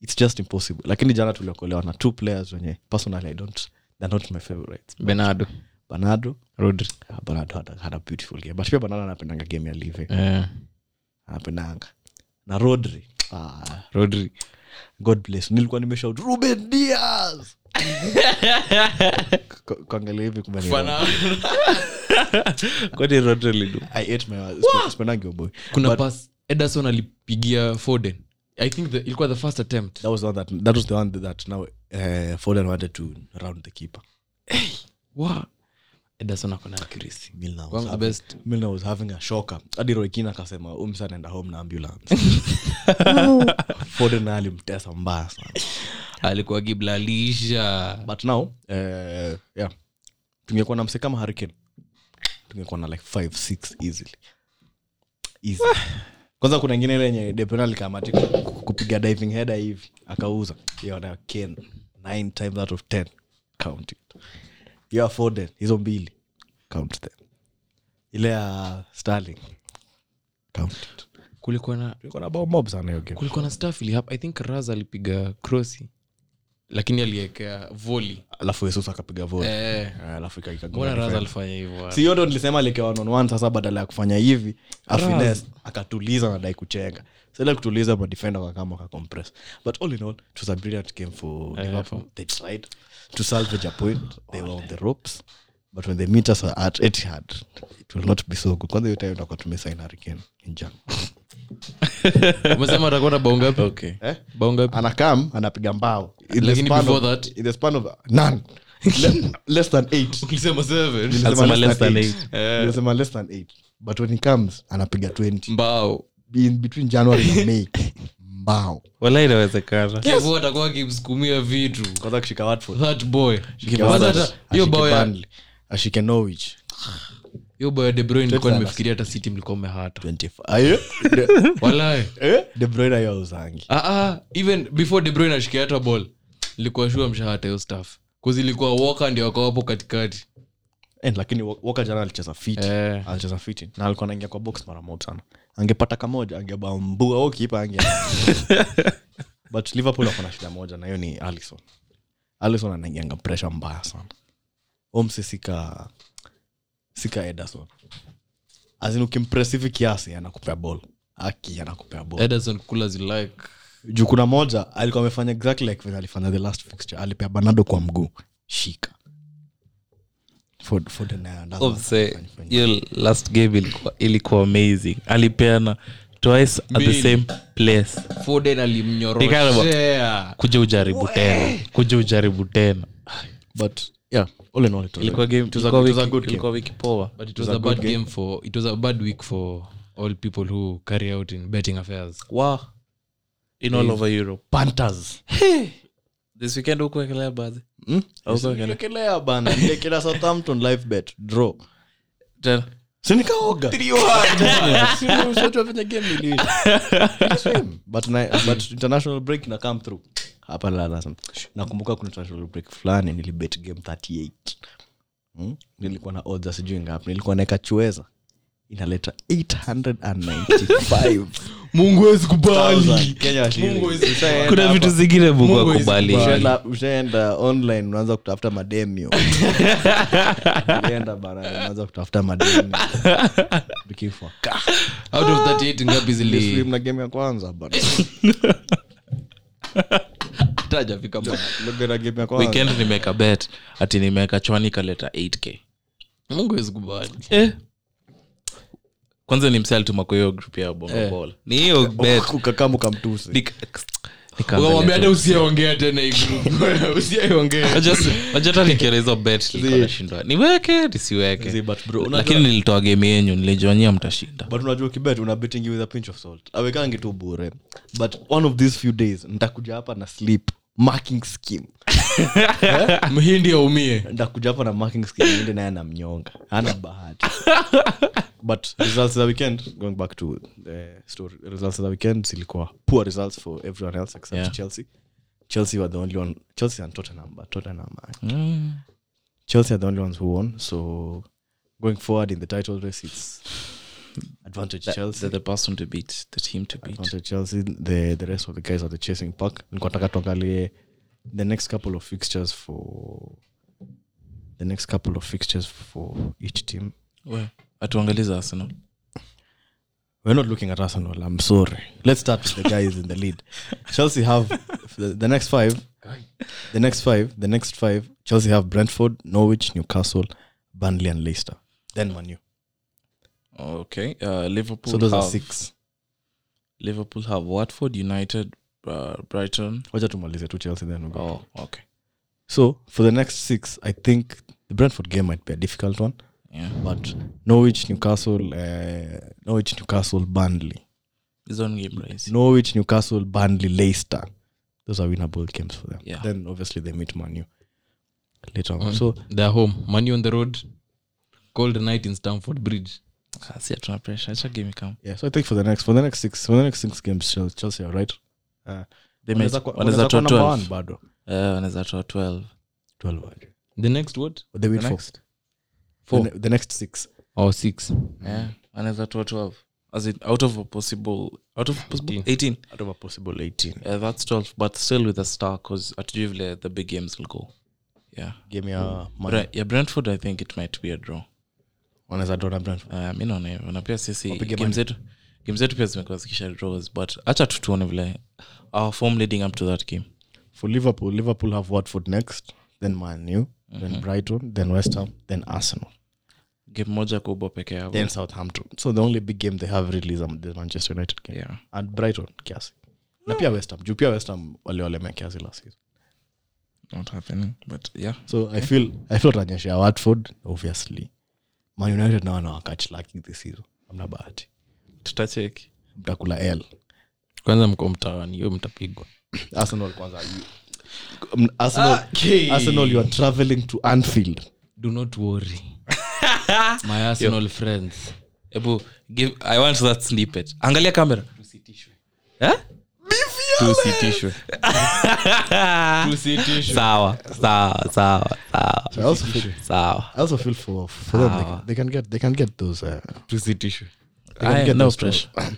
Speaker 2: it's just impossible lakini jana tuliokolewa na two players wenye personally i don't they're not my favorites
Speaker 3: benado
Speaker 2: banado
Speaker 3: rodri
Speaker 2: ah, banado had a, had a beautiful game but pia banado anapendanga game ya live
Speaker 3: eh
Speaker 2: anapendanga na rodri ah,
Speaker 3: rodri
Speaker 2: god bless nilikuwa nimeshout ruben dias Ku- kuangalia hivi kumbe ni-
Speaker 4: kwani rodri lidu
Speaker 2: I ate my spendangi your boy.
Speaker 3: kuna
Speaker 2: But
Speaker 3: pass ederson alipigia foden i think the, ilikuwa the first attempt
Speaker 2: that was the one that that was the one that now uh, Foden wanted to round the keeper.
Speaker 3: wow ederson akona accuracy
Speaker 2: Milner was
Speaker 3: Kwanza the
Speaker 2: having-
Speaker 3: best.
Speaker 2: Milner was having a shocker. Hadi Roy Keane akasema "Oh, huyu msana anaenda home na ambulance. Foden naye alimtesa mbaya sana.
Speaker 3: alikuwa giblalisha
Speaker 2: But now uh, yeah. Tungekuwa na mse kama Harry Kane. Tungekuwa na like 5 6 easily. Easy. Kwanza kuna ingine ile yenye De Bruyne alikamatika ku- kupiga diving header hivi akauza. Hiyo na Kane 9 times out of 10 count it. Hiyo ya Foden hizo mbili count them. Ile ya Sterling count it.
Speaker 3: kulikuwa na
Speaker 2: Tulikuwa na bao mob sana hiyo game.
Speaker 3: kulikuwa na staff ilihap i think raz alipiga krosi lakini aliekea voli
Speaker 2: Alafu Jesus akapiga volley.
Speaker 3: eh,
Speaker 2: Eh, Alafu ikagonga
Speaker 3: mbona raz
Speaker 2: defender.
Speaker 3: alifanya hivyo
Speaker 2: si hiyo ndo nilisema alikewa one on one sasa badala ya kufanya hivi afines akatuliza nadai kuchenga sile kutuliza madefenda kakama wakakompress but all in all it was a brilliant game for liverpool they tried to salvage a point
Speaker 3: Oh,
Speaker 2: they were on the ropes but when they meet us at etihad it will not be so good kwanza hiyo time utakuwa tumesain hurricane injan
Speaker 3: umesema atakuwa na bao ngapi
Speaker 4: okay
Speaker 2: eh?
Speaker 3: bao ngapi
Speaker 2: anakam anapiga mbao in the,
Speaker 3: Lakini
Speaker 2: span of,
Speaker 3: before that-
Speaker 2: in the span of none Le- less than eight
Speaker 3: ulisema seven
Speaker 2: Nilisema
Speaker 4: Alisema less than
Speaker 2: eight. Nilisema less than eight but when he comes anapiga 20
Speaker 3: mbao
Speaker 2: in between january na may mbao
Speaker 4: wala inawezekana
Speaker 3: kevo atakuwa akimsukumia vitu
Speaker 2: kwanza kushika watford
Speaker 3: that boy
Speaker 2: Ashike
Speaker 3: Kwanza
Speaker 2: Watford,
Speaker 3: hata hiyo
Speaker 2: ashike
Speaker 3: bao ya
Speaker 2: Burnley, ashike norwich
Speaker 3: hiyo boy de bruyne nilikuwa
Speaker 2: Tottenham.
Speaker 3: nimefikiria hata city mlikuwa mmehata
Speaker 2: 25 Ayo, De-
Speaker 3: Walai.
Speaker 2: eh, De Bruyne ayo hauzangi.
Speaker 3: Ah, ah, even before de bruyne ashikia hata ball nilikuwa shua mshahata hiyo staff kuz ilikuwa Walker ndio akawa hapo katikati
Speaker 2: Eh, lakini Wa- Walker jana alicheza fit
Speaker 3: Eh.
Speaker 2: alicheza fiti na alikuwa anaingia kwa box mara moja sana angepata kamoja angebambua au kipa ange but liverpool akona shida moja na hiyo ni alison alison anaingianga pressure mbaya sana omsi sika sika ederson azin ukimpress hivi kiasi anakupea ball aki anakupea ball
Speaker 3: ederson kula zilike
Speaker 2: juu kuna moja alikuwa amefanya exactly like venye alifanya the last fixture alipea banado kwa mguu shika Foden- Foden, eh, that's what
Speaker 4: Obse,
Speaker 2: alifanya.
Speaker 4: hiyo last game ilikuwa, ilikuwa amazing alipeana twice at the
Speaker 3: Mbili.
Speaker 4: same place
Speaker 3: foden alimnyoroshea
Speaker 4: kuja ujaribu tena kuja ujaribu tena
Speaker 2: but yeah all in all it was
Speaker 4: ilikuwa
Speaker 2: a-
Speaker 4: game
Speaker 2: it was a-
Speaker 4: ilikuwa
Speaker 2: it was a
Speaker 4: wiki-
Speaker 2: good game.
Speaker 4: ilikuwa wiki poa
Speaker 3: but it was a bad game for it was a bad week for all people who carry out in betting affairs
Speaker 4: wow in all over europe
Speaker 2: Panthers.
Speaker 4: this weekend hukuwekelea baadhi
Speaker 2: Hmm?
Speaker 4: Haukuwekelea.
Speaker 2: Niliekelea bana niliekelea southampton live bet draw
Speaker 4: tena
Speaker 2: sinikaoga but, na, but international break na come through hapa lala sana. nakumbuka kuna international break fulani nilibet game 38 hmm? nilikuwa na odha sijui ngapi nilikuwa naeka chueza inaleta 895
Speaker 3: mungu wezi kubali
Speaker 2: 1000 Kenya
Speaker 3: Mungu
Speaker 2: shillings.
Speaker 3: is-
Speaker 2: Ushaenda
Speaker 4: kuna
Speaker 2: hapa.
Speaker 4: vitu zingine mungu
Speaker 3: Mungu is
Speaker 4: akubali
Speaker 3: bad.
Speaker 2: Ushaenda- ushaenda online unaanza kutafuta mademio ulienda bara unaanza kutafuta mademio Ukifa.
Speaker 3: out of 38 ngapi
Speaker 2: This
Speaker 3: zili
Speaker 2: week na game ya kwanza bana.
Speaker 3: tajafika
Speaker 2: Logo na game ya kwanza.
Speaker 4: weekend nimeka bet ati nimeweka chwani kaleta 8k
Speaker 3: mungu wezi kubali
Speaker 4: eh. kwanza ni msee alituma kwa hiyo group ya bongo
Speaker 3: Eh.
Speaker 4: ball ni hiyo bet
Speaker 2: Uka- ukakaa mkamtusi
Speaker 4: Nika- nikaangalia
Speaker 3: ukamwambia
Speaker 4: oh, tu.
Speaker 3: hata usiaongea tena hii group usiaongea
Speaker 4: Unajua si- unajua hata nikiona hizo bet nilikuwa
Speaker 2: Zii.
Speaker 4: nashindwa niweke nisiweke
Speaker 2: Zii, but bro, unajua-
Speaker 4: lakini nilitoa game yenyu nilijonyia mtashinda
Speaker 2: but unajua ukibet una betting with a pinch of salt awekangi tu bure but one of these few days nitakuja hapa na sleep marking scheme
Speaker 3: mhindi aumie
Speaker 2: ndakuja hapa na marking scheme ende naye anamnyonga hana bahati but results of the weekend going back to the story results of the weekend zilikuwa poor results for everyone else except
Speaker 4: Yeah.
Speaker 2: chelsea chelsea were the only one chelsea and tottenham but tottenham uh,
Speaker 4: Mm.
Speaker 2: chelsea are the only ones who won so going forward in the title race it's advantage chelsea
Speaker 4: They're the person to beat the team to beat
Speaker 2: advantage chelsea the, the rest of the guys are the chasing pack nilikuwa nataka tuangalie the next couple of fixtures for the next couple of fixtures for each team
Speaker 4: Well, atuangaliza arsenal
Speaker 2: we're not looking at Arsenal. I'm sorry. Let's start with the guys in the lead. Chelsea have the, the next five. The next five. The next five. Chelsea have Brentford, Norwich, Newcastle, Burnley, and Leicester. Then Manu.
Speaker 4: okay uh, liverpool
Speaker 2: So those are
Speaker 4: have,
Speaker 2: six.
Speaker 4: liverpool have watford united uh, brighton
Speaker 2: Wacha tumalize tu Chelsea then. we'll go.
Speaker 4: oh okay
Speaker 2: So for the next six, I think the Brentford game might be a difficult one,
Speaker 4: yeah
Speaker 2: but Norwich, Newcastle, uh, Norwich, Newcastle, Burnley,
Speaker 4: It's on game race
Speaker 2: Norwich, Newcastle, Burnley, Leicester. Those are winnable games for them.
Speaker 4: Yeah.
Speaker 2: Then obviously they meet Manu later on. So
Speaker 3: they're home money on the road cold night in stamford bridge
Speaker 4: Ah, si hatuna pressure acha game come
Speaker 2: yeah, so I think for the next for the next six for the next six games Chel- Chelsea are right. Uh,
Speaker 4: they may-
Speaker 2: wanaweza kuwa-
Speaker 4: wanaweza
Speaker 2: wanaweza
Speaker 4: toa
Speaker 2: kuwa number one
Speaker 4: 12
Speaker 2: bado.
Speaker 4: Eh, wanaweza toa 12
Speaker 2: 12 bado.
Speaker 3: the next what
Speaker 2: They win
Speaker 4: The
Speaker 2: four.
Speaker 4: next?
Speaker 2: Four. The, ne- the next six.
Speaker 3: or six
Speaker 4: Yeah, wanaweza toa 12 as in out of a possible out of a possible
Speaker 3: 18.
Speaker 4: 18
Speaker 2: Out of a possible 18.
Speaker 4: Uh, that's 12 but still with a star because atujui vile the big games will go yeah
Speaker 2: Give me a
Speaker 4: Bre- yeah brentford i think it might be a draw
Speaker 2: Wanaweza draw na Brentford.
Speaker 4: uh, mi naona hivyo na pia sisi
Speaker 2: Wapige
Speaker 4: game
Speaker 2: money.
Speaker 4: zetu game zetu pia zimekuwa zikisha draws but hacha tu tuone vile our form leading up to that game
Speaker 2: For Liverpool, Liverpool have Watford next, then Man U, then Brighton, then West Ham, then Arsenal,
Speaker 4: game moja kubwa peke yao
Speaker 2: then Southampton. So the only big game they have really is um, the Manchester United game.
Speaker 4: yeah
Speaker 2: And Brighton kiasi. Na pia West Ham. Juu pia West Ham waliolemea kiasi last season.
Speaker 4: not happening but yeah
Speaker 2: so i feel i feel watanyeshea watford obviously man united na wana wakati laki this season amna bahati
Speaker 4: tutacheki
Speaker 2: mtakula l
Speaker 3: kwanza mko mtaani hiyo mtapigwa
Speaker 2: arsenal kwanza Mm, arsenal, arsenal you are traveling to anfield
Speaker 3: do not worry
Speaker 5: my arsenal friends
Speaker 4: hebu give i want that snippet angalia kamera Eh? tusitishwe sawa sawa sawa sawa
Speaker 2: I also feel,
Speaker 4: sawa
Speaker 2: I also feel for, for them. They can, they can get they can get those uh,
Speaker 4: tusitishwe
Speaker 2: they can
Speaker 4: Aya,
Speaker 2: get
Speaker 4: no
Speaker 2: those
Speaker 4: pressure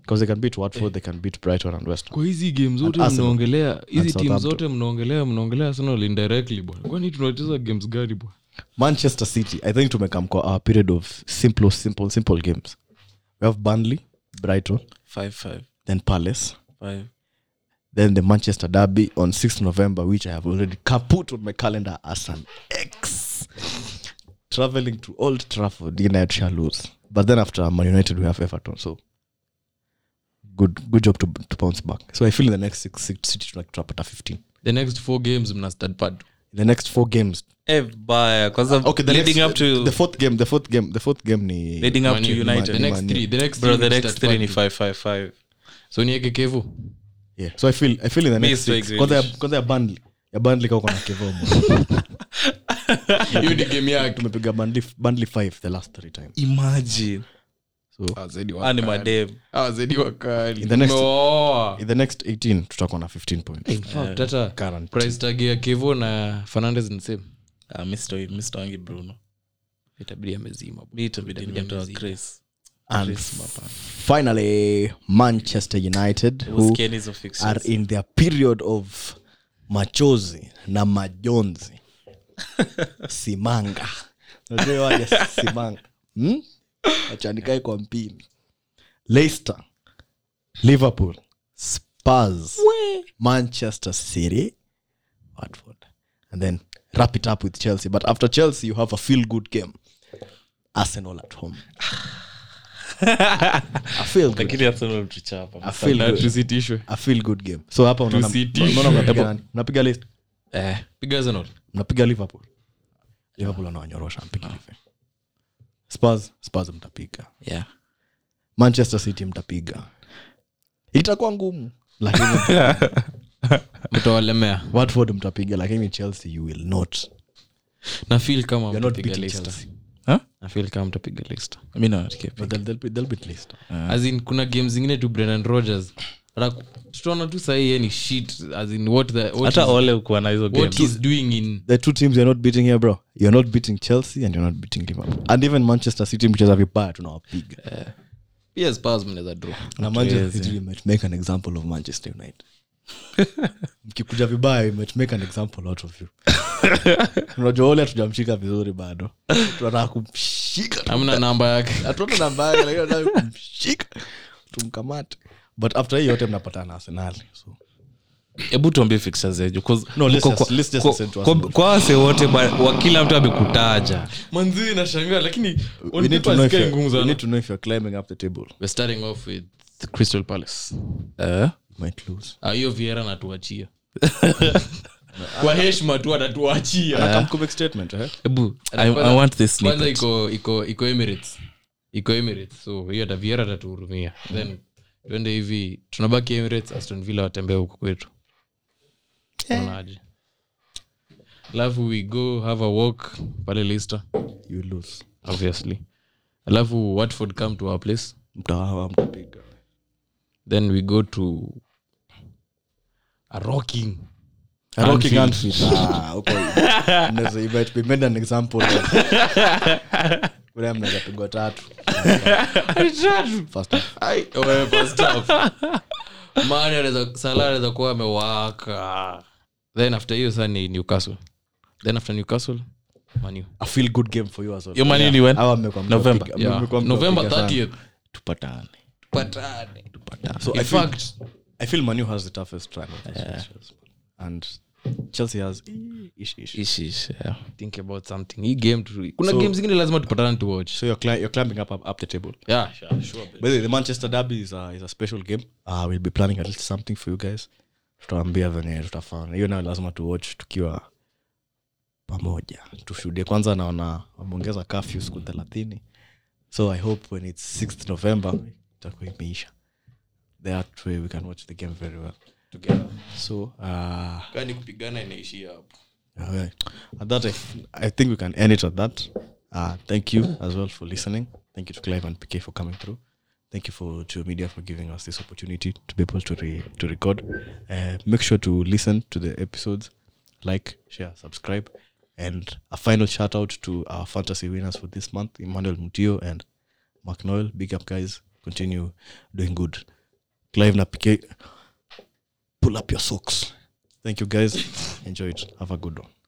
Speaker 2: because they can beat Watford, they can beat Brighton and West. Ham.
Speaker 3: kwa hizi game zote
Speaker 2: Arsenal.
Speaker 3: mnaongelea hizi timu
Speaker 2: Southampton.
Speaker 3: zote mnaongelea mnaongelea arsenal indirectly bwana kwani tunacheza games gani bwana
Speaker 2: Manchester City, I think tumekam kwa our period of simple, simple, simple games. We have Burnley, Brighton,
Speaker 4: five five
Speaker 2: then Palace,
Speaker 4: five
Speaker 2: then the Manchester Derby on 6th November, which I have already kaput on my calendar as an X. Traveling to Old Trafford, United shall lose. But then after Man United, we have Everton. So good good job to, to bounce back. So I feel in the next six, six City to like trap at 15.
Speaker 3: the next four games mna start bad
Speaker 2: In the next four games.
Speaker 4: eh baya kwanza
Speaker 2: Okay, the
Speaker 4: leading
Speaker 2: next,
Speaker 4: up to
Speaker 2: the fourth game, the fourth game, the fourth game ni
Speaker 4: leading up
Speaker 3: Man
Speaker 4: to
Speaker 3: U-
Speaker 4: united
Speaker 3: the
Speaker 2: Man-
Speaker 3: next
Speaker 2: Man-
Speaker 3: three the next
Speaker 4: bro
Speaker 3: three
Speaker 4: the
Speaker 3: mna
Speaker 4: next
Speaker 3: start
Speaker 4: three
Speaker 3: bad.
Speaker 4: ni five five five
Speaker 3: so nieke kevu
Speaker 2: yeah. So I feel I feel in the
Speaker 4: Me
Speaker 2: next
Speaker 4: Sir
Speaker 2: six. Kwanza ya-
Speaker 4: Grealish.
Speaker 2: kwanza ya Burnley. Ya Burnley kwa kuna Kevomo.
Speaker 3: hiyo ni game yake
Speaker 2: Tumepiga Burnley Burnley 5 the last three times.
Speaker 4: imagine Ah,
Speaker 3: Wazedi
Speaker 4: ani
Speaker 3: wakali.
Speaker 4: madem
Speaker 3: Ah, wazedi wakali
Speaker 2: In the next-
Speaker 3: Umewaoa.
Speaker 2: In the next 18 tutakuwa na 15 points.
Speaker 3: Oh. Fuck, tata
Speaker 2: Current.
Speaker 3: price tag ya kevo na fernandes ni same
Speaker 4: ah mr mr wangi bruno
Speaker 3: itabidi amezima bwana.
Speaker 4: mi itabidi nimetoa chris
Speaker 2: And
Speaker 4: Chris Mapan.
Speaker 2: finally, Manchester United who
Speaker 4: usikie hizo fixtures.
Speaker 2: are in their period of machozi na majonzi. Simanga. Unajua hiyo hali ya Simanga. Hmm? Acha nikae kwa mpini. Leicester, Liverpool, Spurs, Manchester City, Watford. And then wrap it up with Chelsea. But after Chelsea, you have a feel good game. Arsenal at home. I feel good.
Speaker 4: lakini arsenal tuchapa
Speaker 2: I feel
Speaker 3: Na
Speaker 2: good.
Speaker 3: tusitishwe
Speaker 2: a feel good game so hapa unaona-
Speaker 3: Tusitishwe.
Speaker 2: unaona mnapiga nani? mnapiga Leicester,
Speaker 3: eh piga arsenal
Speaker 2: mnapiga liverpool liverpool anawanyorosha mpiga Liverpool. spurs spurs mtapiga
Speaker 4: yeah
Speaker 2: manchester city mtapiga itakuwa ngumu lakini
Speaker 3: mtawalemea
Speaker 2: watford mtapiga lakini chelsea you will not
Speaker 3: na feel kama
Speaker 2: You're not
Speaker 3: mtapiga
Speaker 2: beating
Speaker 3: Leicester.
Speaker 2: Chelsea.
Speaker 3: na feel kama mtapiga Leicester.
Speaker 4: mi nawatikepia
Speaker 2: But they'll- they'll beat- they'll beat Leicester.
Speaker 3: As in, kuna game zingine tu brendan rogers Ra- tutaona tu sahii ye ni shit as in what the what,
Speaker 4: hata
Speaker 3: is,
Speaker 4: ole ukuwa na hizo
Speaker 3: what
Speaker 4: games
Speaker 3: he's doing in
Speaker 2: the two teams you're not beating here bro you're not beating chelsea and you're not beating liverpool and even manchester city mcheza vibaya tunawapiga
Speaker 3: pia spurs mnaweza draw
Speaker 2: na manchester city might make an example of manchester united mkikuja vibaya you might make an example out of you unajua ole hatujamshika vizuri bado tunataka kumshika
Speaker 3: hamna namba yake
Speaker 2: hatuona namba yake lakini tunataka kumshika tumkamate but after hii yote mnapatana na arsenali so
Speaker 4: hebu tuambie fixtures ya juu, 'cause
Speaker 2: No, let's
Speaker 4: kwa-
Speaker 2: just-
Speaker 4: kwa-
Speaker 2: let's just
Speaker 4: kwa-
Speaker 2: listen to us
Speaker 4: kwa-
Speaker 2: now.
Speaker 4: kwa wase wote ba- wa kila mtu amekutaja
Speaker 3: manzi nashangaa lakini
Speaker 2: we
Speaker 3: on
Speaker 2: need
Speaker 3: paper
Speaker 2: to know if
Speaker 3: sikai
Speaker 2: you're-
Speaker 3: ngumu
Speaker 2: we
Speaker 3: sana
Speaker 2: need to know if you're climbing up the table
Speaker 3: we're starting off with crystal palace
Speaker 4: Eh?
Speaker 2: You might lose
Speaker 3: Ah, hiyo viera anatuachia kwa heshima tu anatuachia
Speaker 2: Na comeback statement eh
Speaker 4: hebu I, I want this
Speaker 3: kwanza
Speaker 4: snippet.
Speaker 3: iko iko iko emirates iko emirates so hiyo taviera atatuhurumia then tuende hivi tunabaki emirates aston villa watembee huko kwetu
Speaker 2: Eh.
Speaker 3: Unaonaje? alafu we go have a walk pale lister
Speaker 2: you lose
Speaker 3: obviously alafu watford come to our place
Speaker 2: mtawawa mtapiga
Speaker 3: then we go to a rocking
Speaker 2: A rocking
Speaker 3: Anfield.
Speaker 2: Anfield. Ah, huko mnaweza- you might be made an example of- Kule mnaweza pigwa tatu First half.
Speaker 3: Ai, wewe first half. Mane anaweza- Salah anaweza kuwa amewaka then after hiyo saa ni newcastle then after newcastle manu
Speaker 2: a feel good game for you as well.
Speaker 4: Your Man U
Speaker 2: Yeah.
Speaker 4: ni when?
Speaker 2: Hawa mmekuwa
Speaker 4: November.
Speaker 2: mkiwapiga-
Speaker 3: yeah.
Speaker 2: mmekuwa mkiwapiga
Speaker 3: november
Speaker 2: sana.
Speaker 3: 30th
Speaker 4: tupatane
Speaker 3: patane
Speaker 2: So I feel,
Speaker 3: in fact
Speaker 2: I feel Manu has the toughest time. of this fixtures. And Chelsea has ish, ish.
Speaker 4: Ishi, ishi, yeah.
Speaker 3: think about something hii game tu kuna game zingine lazima tupatane to watch
Speaker 2: So you're, cli- you're climbing up, up up the table.
Speaker 3: yeah
Speaker 2: By the way, the Manchester Derby is a, is a special game. Uh, we'll be planning at least something for you guys. Tutawaambia venye tutafanya. Hiyo nayo lazima tu watch tukiwa pamoja. Tushuhudie kwanza naona wameongeza curfew siku 30. So I hope when it's 6th November itakuwa imeisha. That way we can watch the game very well. So, uh,
Speaker 3: kani kupigana Yaani inaishia hapo
Speaker 2: Alright. At that, I, I think we can end it at that. Uh, thank you as well for listening. Thank you to Clive and PK for coming through. Thank you for to media for giving us this opportunity to be able to re, to record. Uh, make sure to listen to the episodes, like, share, subscribe, and a final shout out to our fantasy winners for this month, Emmanuel Mutio and Mark Noel. Big up, guys! Continue doing good. Clive na PK, pull up your socks. Thank you, guys. Enjoy it. Have a good one.